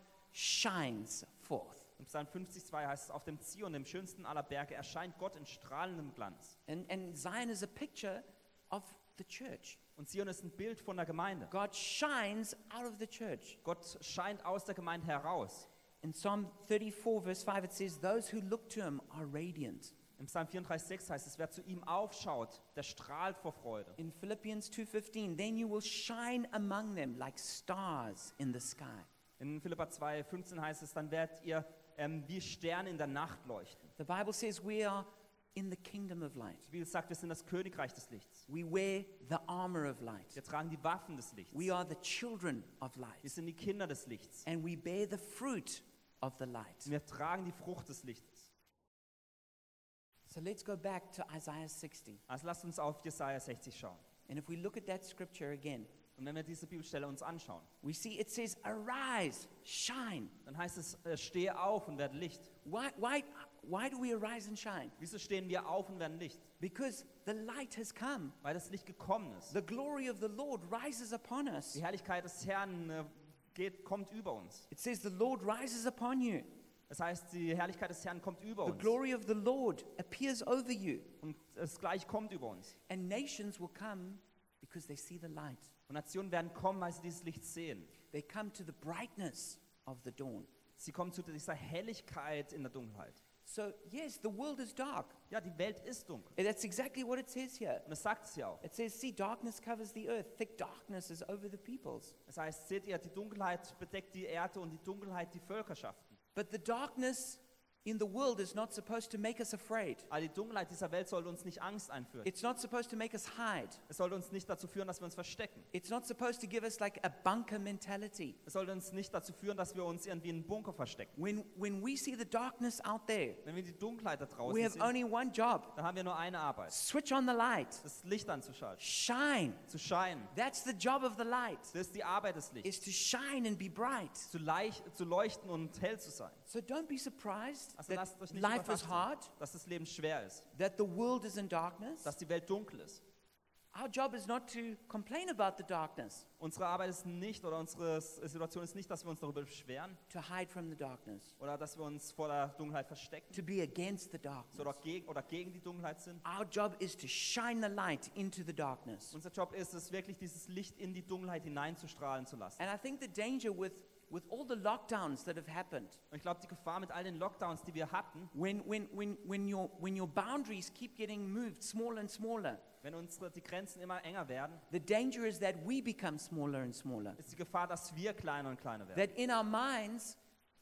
[SPEAKER 1] shines forth.
[SPEAKER 2] Im Psalm 50,2 heißt es, auf dem Zion, dem schönsten aller Berge, erscheint Gott in strahlendem Glanz.
[SPEAKER 1] And, and Zion is a picture of the church.
[SPEAKER 2] Und Zion ist ein Bild von der Gemeinde.
[SPEAKER 1] God shines out of the church.
[SPEAKER 2] Gott scheint aus der Gemeinde heraus.
[SPEAKER 1] In Psalm 34, verse 5, it says, Those who look to him are radiant.
[SPEAKER 2] Im Psalm 34,6 heißt es, wer zu ihm aufschaut, der strahlt vor Freude.
[SPEAKER 1] In Philippians 2.15, then you will shine among them like stars in the sky.
[SPEAKER 2] In Philippa 2,15 heißt es, dann werdet ihr ähm, wie Sterne in der Nacht leuchten.
[SPEAKER 1] The Bible says we are in the kingdom of light.
[SPEAKER 2] Die Bibel sagt, wir sind das Königreich des Lichts.
[SPEAKER 1] We wear the armor of light.
[SPEAKER 2] Wir tragen die Waffen des Lichts.
[SPEAKER 1] We
[SPEAKER 2] Wir
[SPEAKER 1] are the children of light.
[SPEAKER 2] sind die Kinder des Lichts.
[SPEAKER 1] And we bear the fruit of the light.
[SPEAKER 2] Wir tragen die Frucht des Lichtes.
[SPEAKER 1] So let's go back to Isaiah 60.
[SPEAKER 2] Also lasst uns auf Jesaja 60 schauen.
[SPEAKER 1] And if we look at that scripture again,
[SPEAKER 2] Und wenn wir diese Bibelstelle uns anschauen,
[SPEAKER 1] we see it says, Arise, shine.
[SPEAKER 2] dann heißt es, äh, stehe auf und werde Licht.
[SPEAKER 1] Why, why, why do we arise and shine?
[SPEAKER 2] Wieso stehen wir auf und werden Licht?
[SPEAKER 1] Because the light has come.
[SPEAKER 2] Weil das Licht gekommen ist.
[SPEAKER 1] The glory of the Lord rises upon us.
[SPEAKER 2] Die Herrlichkeit des Herrn äh, geht, kommt über uns.
[SPEAKER 1] It says, The Lord rises upon you.
[SPEAKER 2] Das heißt, die Herrlichkeit des Herrn kommt über
[SPEAKER 1] The
[SPEAKER 2] uns.
[SPEAKER 1] glory of the Lord appears over you.
[SPEAKER 2] Und das Gleich kommt über uns.
[SPEAKER 1] And nations will come because they see the light.
[SPEAKER 2] Und Nationen werden kommen, weil sie dieses Licht sehen.
[SPEAKER 1] They come to the brightness of the dawn.
[SPEAKER 2] Sie kommen zu dieser Helligkeit in der Dunkelheit.
[SPEAKER 1] So, yes, the world is dark.
[SPEAKER 2] Ja, die Welt ist dunkel.
[SPEAKER 1] And That's exactly what it says here.
[SPEAKER 2] Und das sagt es ja auch.
[SPEAKER 1] It says, See, darkness covers the earth, thick darkness is over the peoples.
[SPEAKER 2] Das heißt, seht ihr, die Dunkelheit bedeckt die Erde und die Dunkelheit die Völkerschaften.
[SPEAKER 1] But the darkness in the world is not supposed to make us afraid.
[SPEAKER 2] Aber die Dunkelheit dieser Welt soll uns nicht Angst einführen.
[SPEAKER 1] It's not supposed to make us hide.
[SPEAKER 2] Es soll uns nicht dazu führen, dass wir uns verstecken.
[SPEAKER 1] It's not supposed to give us like a bunker mentality.
[SPEAKER 2] Es soll uns nicht dazu führen, dass wir uns irgendwie in einen Bunker verstecken.
[SPEAKER 1] When, when we see the darkness out there,
[SPEAKER 2] Wenn wir die Dunkelheit da draußen
[SPEAKER 1] we have
[SPEAKER 2] sehen,
[SPEAKER 1] only one job
[SPEAKER 2] dann haben wir nur eine Arbeit.
[SPEAKER 1] switch on the light,
[SPEAKER 2] Das Licht anzuschalten.
[SPEAKER 1] shine.
[SPEAKER 2] Zu scheinen.
[SPEAKER 1] That's the job of the light,
[SPEAKER 2] Das ist die Arbeit des Lichts.
[SPEAKER 1] is to shine and be bright.
[SPEAKER 2] zu, leicht, zu leuchten und hell zu sein.
[SPEAKER 1] So don't be surprised that
[SPEAKER 2] Also lasst euch nicht
[SPEAKER 1] life is
[SPEAKER 2] überrascht sein,
[SPEAKER 1] hard,
[SPEAKER 2] dass das Leben schwer ist,
[SPEAKER 1] that the world is in darkness.
[SPEAKER 2] dass die Welt dunkel ist.
[SPEAKER 1] Our job is not to complain about the darkness,
[SPEAKER 2] Unsere Arbeit ist nicht oder unsere S- Situation ist nicht, dass wir uns darüber beschweren
[SPEAKER 1] to hide from the darkness,
[SPEAKER 2] oder dass wir uns vor der Dunkelheit verstecken
[SPEAKER 1] to be against the
[SPEAKER 2] oder
[SPEAKER 1] darkness.
[SPEAKER 2] gegen, oder gegen die Dunkelheit sind.
[SPEAKER 1] Our job is to shine the light into the darkness.
[SPEAKER 2] Unser Job ist es wirklich, dieses Licht in die Dunkelheit hineinzustrahlen zu lassen.
[SPEAKER 1] And I think the danger with with all the lockdowns that have happened,
[SPEAKER 2] Und ich glaube, die Gefahr mit all den Lockdowns, die wir hatten,
[SPEAKER 1] when, when, when, when, your, when your boundaries keep getting moved smaller and smaller,
[SPEAKER 2] wenn unsere, die Grenzen immer enger werden,
[SPEAKER 1] the danger is that we become smaller and smaller.
[SPEAKER 2] ist die Gefahr, dass wir kleiner und kleiner werden.
[SPEAKER 1] That in our minds,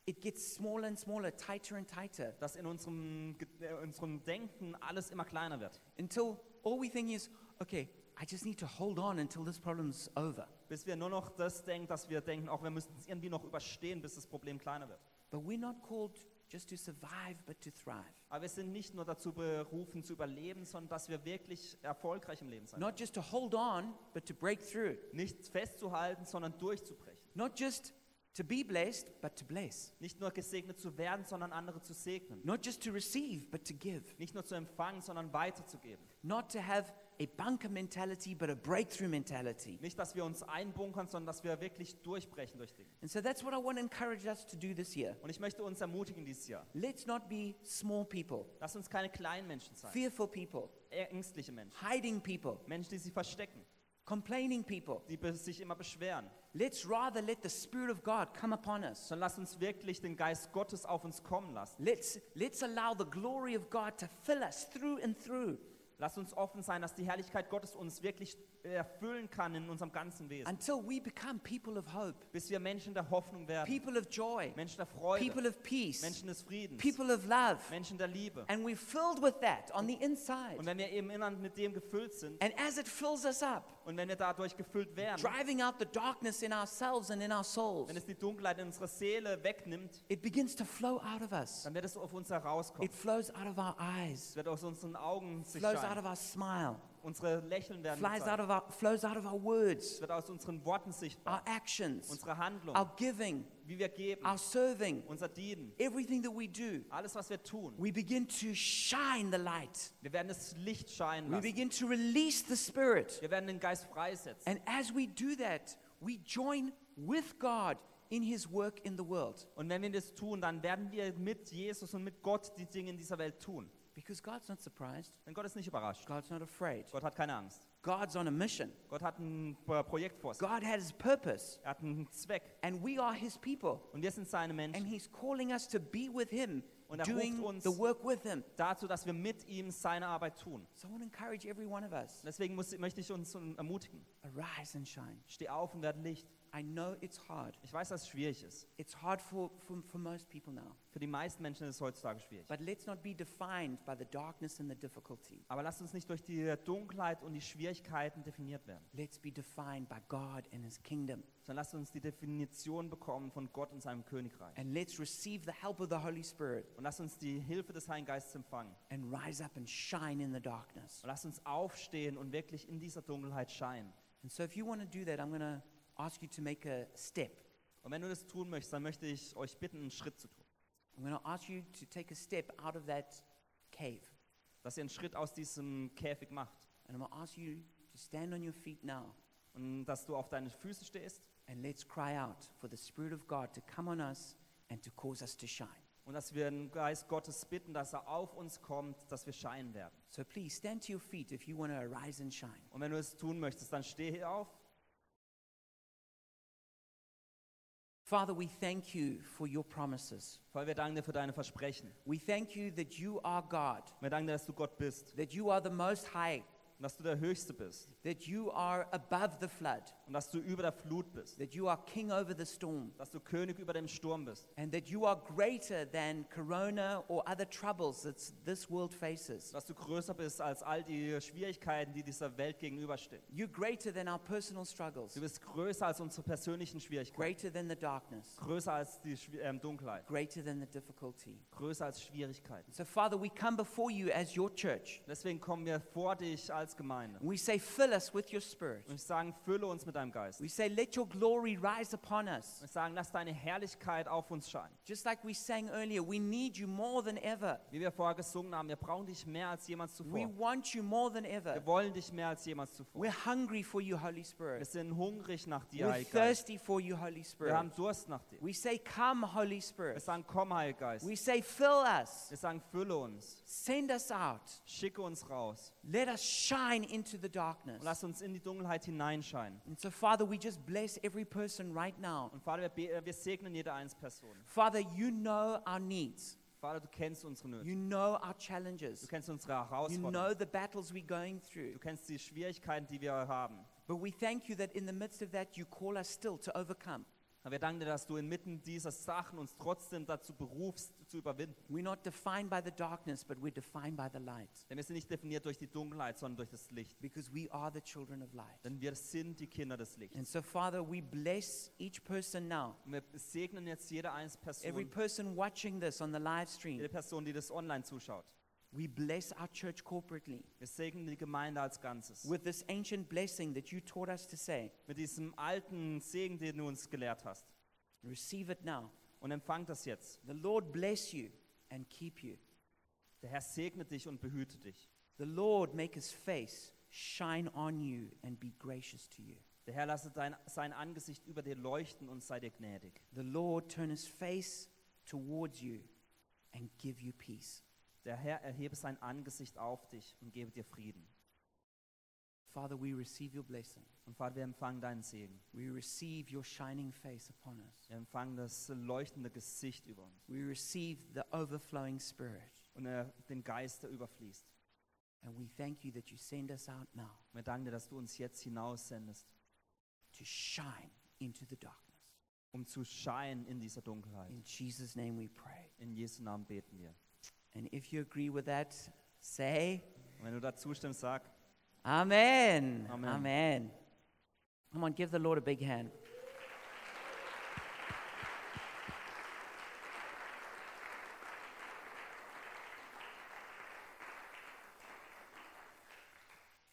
[SPEAKER 1] it gets smaller and smaller, tighter and tighter,
[SPEAKER 2] Dass in unserem, Ge- äh, unserem Denken alles immer kleiner wird.
[SPEAKER 1] until all we think is, okay, I just need to hold on until this problem's over.
[SPEAKER 2] Bis wir nur noch das denken, dass wir denken, auch wir müssten es irgendwie noch überstehen, bis das Problem kleiner wird.
[SPEAKER 1] But we're not called just to survive, but to thrive.
[SPEAKER 2] Aber wir sind nicht nur dazu berufen, zu überleben, sondern dass wir wirklich erfolgreich im Leben sein.
[SPEAKER 1] Not just to hold on, but to break through.
[SPEAKER 2] Nicht festzuhalten, sondern durchzubrechen.
[SPEAKER 1] Not just to be blessed, but to bless.
[SPEAKER 2] Nicht nur gesegnet zu werden, sondern andere zu segnen.
[SPEAKER 1] Not just to receive, but to give.
[SPEAKER 2] Nicht nur zu empfangen, sondern weiterzugeben.
[SPEAKER 1] Not to have a bunker mentality, but a breakthrough mentality.
[SPEAKER 2] Nicht, dass wir uns einbunkern, sondern dass wir wirklich durchbrechen durch Dinge.
[SPEAKER 1] And so that's what I want to encourage us to do this year.
[SPEAKER 2] Und ich möchte uns ermutigen dieses Jahr.
[SPEAKER 1] Let's not be small people,
[SPEAKER 2] Lass uns keine kleinen Menschen sein.
[SPEAKER 1] fearful people,
[SPEAKER 2] Ängstliche Menschen.
[SPEAKER 1] hiding people,
[SPEAKER 2] Menschen, die sich verstecken.
[SPEAKER 1] complaining people.
[SPEAKER 2] Die be- sich immer beschweren.
[SPEAKER 1] Let's rather let the Spirit of God come upon us.
[SPEAKER 2] Sondern lass uns wirklich den Geist Gottes auf uns kommen lassen.
[SPEAKER 1] Let's, let's allow the glory of God to fill us through and through
[SPEAKER 2] Lass uns offen sein, dass die Herrlichkeit Gottes uns wirklich erfüllen kann in unserem ganzen Wesen.
[SPEAKER 1] until we become people of hope,
[SPEAKER 2] Bis wir Menschen der Hoffnung werden,
[SPEAKER 1] people of joy,
[SPEAKER 2] Menschen der Freude,
[SPEAKER 1] people of peace,
[SPEAKER 2] Menschen des Friedens,
[SPEAKER 1] people of love.
[SPEAKER 2] Menschen der Liebe.
[SPEAKER 1] And we're filled with that on the
[SPEAKER 2] Und
[SPEAKER 1] inside.
[SPEAKER 2] wenn wir eben innern mit dem gefüllt sind
[SPEAKER 1] And as it fills us up,
[SPEAKER 2] und wenn wir dadurch gefüllt werden,
[SPEAKER 1] driving out the darkness in ourselves and in our souls,
[SPEAKER 2] wenn es die Dunkelheit in unserer Seele wegnimmt,
[SPEAKER 1] it begins to flow out of us.
[SPEAKER 2] dann wird es auf uns herauskommen.
[SPEAKER 1] It flows out of our eyes,
[SPEAKER 2] Es wird aus unseren Augen sich
[SPEAKER 1] flows out
[SPEAKER 2] scheinen.
[SPEAKER 1] of our smile,
[SPEAKER 2] Unsere Lächeln werden
[SPEAKER 1] flies out
[SPEAKER 2] gezeigt.
[SPEAKER 1] of our, flows out of our
[SPEAKER 2] Es
[SPEAKER 1] words,
[SPEAKER 2] wird aus unseren Worten sichtbar.
[SPEAKER 1] our actions,
[SPEAKER 2] Unsere Handlung,
[SPEAKER 1] our giving,
[SPEAKER 2] wie wir geben,
[SPEAKER 1] our serving,
[SPEAKER 2] unser Dienen,
[SPEAKER 1] everything that Mm. we do.
[SPEAKER 2] alles, was wir tun.
[SPEAKER 1] We begin to shine the light.
[SPEAKER 2] Wir werden das Licht scheinen
[SPEAKER 1] We
[SPEAKER 2] lassen.
[SPEAKER 1] begin to release the Spirit.
[SPEAKER 2] Wir werden den Geist freisetzen.
[SPEAKER 1] And as we do that, we join with God in His work in the world.
[SPEAKER 2] Und wenn wir das tun, dann werden wir mit Jesus und mit Gott die Dinge in dieser Welt tun.
[SPEAKER 1] Because God's not surprised.
[SPEAKER 2] Denn Gott ist nicht überrascht.
[SPEAKER 1] God's not afraid.
[SPEAKER 2] Gott hat keine Angst.
[SPEAKER 1] God's on a mission.
[SPEAKER 2] Gott hat ein Pro- Projekt vor sich.
[SPEAKER 1] God has purpose.
[SPEAKER 2] Er hat einen Zweck.
[SPEAKER 1] And we are His people.
[SPEAKER 2] Und wir sind seine
[SPEAKER 1] And
[SPEAKER 2] Menschen.
[SPEAKER 1] He's calling us to be with Him,
[SPEAKER 2] Und er ruft
[SPEAKER 1] doing
[SPEAKER 2] uns-
[SPEAKER 1] the work with Him.
[SPEAKER 2] Dazu, dass wir mit ihm seine Arbeit tun.
[SPEAKER 1] So I want to encourage every one of us
[SPEAKER 2] Und deswegen muss, möchte ich uns ermutigen.
[SPEAKER 1] arise and shine.
[SPEAKER 2] Steh auf und werde Licht.
[SPEAKER 1] I know it's hard.
[SPEAKER 2] Ich weiß, dass es schwierig ist.
[SPEAKER 1] It's hard for, for, for most people now.
[SPEAKER 2] Für die meisten Menschen ist es heutzutage schwierig.
[SPEAKER 1] But let's not be defined by the darkness and the difficulty.
[SPEAKER 2] Aber lasst uns nicht durch die Dunkelheit und die Schwierigkeiten definiert werden,
[SPEAKER 1] Let's be defined by God and His kingdom.
[SPEAKER 2] sondern lasst uns die Definition bekommen von Gott und seinem Königreich.
[SPEAKER 1] And let's receive the help of the Holy Spirit
[SPEAKER 2] Und lasst uns die Hilfe des Heiligen Geistes empfangen.
[SPEAKER 1] and rise up and shine in the darkness.
[SPEAKER 2] Und lasst uns aufstehen und wirklich in dieser Dunkelheit scheinen.
[SPEAKER 1] And so, if you want to do that, I'm going to ask you to make a step.
[SPEAKER 2] Und wenn du das tun möchtest, dann möchte ich euch bitten, einen Schritt zu tun.
[SPEAKER 1] I'm going to ask you to take a step out of that cave.
[SPEAKER 2] Dass ihr einen Schritt aus diesem Käfig macht.
[SPEAKER 1] And I'm going to ask you to stand on your feet now
[SPEAKER 2] Und dass du auf deine Füße stehst
[SPEAKER 1] and let's cry out for the Spirit of God to come on us and to cause us to shine.
[SPEAKER 2] und dass wir den Geist Gottes bitten, dass er auf uns kommt, dass wir scheinen werden.
[SPEAKER 1] So, please stand to your feet if you want to arise and shine.
[SPEAKER 2] Und wenn du es tun möchtest, dann steh hier auf.
[SPEAKER 1] Father, we thank you for your promises.
[SPEAKER 2] Weil wir danken dir für deine Versprechen.
[SPEAKER 1] We thank you that you are God,
[SPEAKER 2] Wir danken dir, dass du Gott bist
[SPEAKER 1] that you are the Most High,
[SPEAKER 2] und dass du der Höchste bist
[SPEAKER 1] that you are above the flood,
[SPEAKER 2] und dass du über der Flut bist,
[SPEAKER 1] that you are king over the storm,
[SPEAKER 2] dass du König über dem Sturm bist
[SPEAKER 1] and that you are greater than corona or other troubles that this world faces.
[SPEAKER 2] dass du größer bist als all die Schwierigkeiten, die dieser Welt gegenüberstehen.
[SPEAKER 1] You're greater than our personal struggles,
[SPEAKER 2] Du bist größer als unsere persönlichen Schwierigkeiten,
[SPEAKER 1] greater than the darkness,
[SPEAKER 2] größer als die Schwi- ähm, Dunkelheit,
[SPEAKER 1] greater than the difficulty.
[SPEAKER 2] größer als Schwierigkeiten.
[SPEAKER 1] So, Father, we come before you as your church.
[SPEAKER 2] Deswegen kommen wir vor dich als Gemeinde
[SPEAKER 1] And we say, Fill us with your spirit.
[SPEAKER 2] und ich sagen, fülle uns mit deinem Geist.
[SPEAKER 1] We say, Let your glory rise upon us.
[SPEAKER 2] Und ich sagen, lass deine Herrlichkeit auf uns scheinen.
[SPEAKER 1] Just like we sang earlier, we need you more than ever.
[SPEAKER 2] Wie wir vorher gesungen haben, wir brauchen dich mehr als jemals
[SPEAKER 1] We
[SPEAKER 2] zuvor.
[SPEAKER 1] want you more than ever.
[SPEAKER 2] Wir wollen dich mehr als jemals zuvor.
[SPEAKER 1] We're hungry for you, Holy
[SPEAKER 2] Wir
[SPEAKER 1] Spirit.
[SPEAKER 2] sind hungrig nach dir,
[SPEAKER 1] We're
[SPEAKER 2] Heiliger Geist.
[SPEAKER 1] thirsty for you, Holy
[SPEAKER 2] Wir
[SPEAKER 1] Spirit.
[SPEAKER 2] haben Durst nach dir.
[SPEAKER 1] We say, Come, Holy
[SPEAKER 2] Wir
[SPEAKER 1] Spirit.
[SPEAKER 2] sagen, komm, Heiliger Geist.
[SPEAKER 1] We say, Fill us.
[SPEAKER 2] Wir sagen, fülle uns.
[SPEAKER 1] Send us out.
[SPEAKER 2] Schicke uns raus.
[SPEAKER 1] Let us shine into the darkness.
[SPEAKER 2] Und lass uns in die Dunkelheit hineinscheinen.
[SPEAKER 1] And so, Father, we just bless every person right now.
[SPEAKER 2] Und Vater, wir, be- äh, wir segnen jede einzelne Person.
[SPEAKER 1] Father, you know our needs,
[SPEAKER 2] Vater, du kennst unsere Nöte.
[SPEAKER 1] you know our
[SPEAKER 2] Du
[SPEAKER 1] challenges,
[SPEAKER 2] kennst unsere
[SPEAKER 1] you know
[SPEAKER 2] Herausforderungen.
[SPEAKER 1] the battles we're going through.
[SPEAKER 2] Du kennst die Schwierigkeiten, die wir haben.
[SPEAKER 1] But we thank you that in the midst of that, you call us still to overcome.
[SPEAKER 2] Aber wir danken dir, dass du inmitten dieser Sachen uns trotzdem dazu berufst, zu überwinden.
[SPEAKER 1] We're not defined by the darkness, but we're defined by the light
[SPEAKER 2] Denn wir sind nicht definiert durch die Dunkelheit, sondern durch das Licht.
[SPEAKER 1] because we are the children of light.
[SPEAKER 2] Denn wir sind die Kinder des Lichts.
[SPEAKER 1] And so, Father, we bless each person now.
[SPEAKER 2] Und wir segnen jetzt jede einzelne
[SPEAKER 1] Every
[SPEAKER 2] Person,
[SPEAKER 1] person watching this on the live stream,
[SPEAKER 2] jede Person, die das online zuschaut.
[SPEAKER 1] we bless our church corporately
[SPEAKER 2] Wir segnen die Gemeinde als Ganzes.
[SPEAKER 1] with this ancient blessing that you taught us to say.
[SPEAKER 2] Mit diesem alten Segen, den du uns gelehrt hast.
[SPEAKER 1] Receive it now.
[SPEAKER 2] Und empfang das jetzt.
[SPEAKER 1] The Lord bless you and keep you.
[SPEAKER 2] Der Herr segne dich und behüte dich.
[SPEAKER 1] The Lord make his face shine on you and be gracious to you.
[SPEAKER 2] Der Herr lasse dein, sein Angesicht über dir leuchten und sei dir gnädig.
[SPEAKER 1] The Lord turn his face towards you and give you peace.
[SPEAKER 2] Der Herr erhebe sein Angesicht auf dich und gebe dir Frieden.
[SPEAKER 1] Father, we receive your blessing.
[SPEAKER 2] Und Vater, wir empfangen deinen Segen.
[SPEAKER 1] We receive your shining face upon us.
[SPEAKER 2] Wir empfangen das leuchtende Gesicht über uns
[SPEAKER 1] We receive the overflowing spirit.
[SPEAKER 2] und äh, den Geist, der überfließt.
[SPEAKER 1] And we thank you that you send us out now
[SPEAKER 2] Wir danken dir, dass du uns jetzt hinaussendest,
[SPEAKER 1] to shine into the darkness.
[SPEAKER 2] um zu scheinen in dieser Dunkelheit.
[SPEAKER 1] In Jesus' name we pray.
[SPEAKER 2] In Jesu Namen beten wir.
[SPEAKER 1] And if you agree with that, say
[SPEAKER 2] Und wenn du dazu stimmst, sag,
[SPEAKER 1] Amen.
[SPEAKER 2] Amen.
[SPEAKER 1] Amen. Come on, give the Lord a big hand.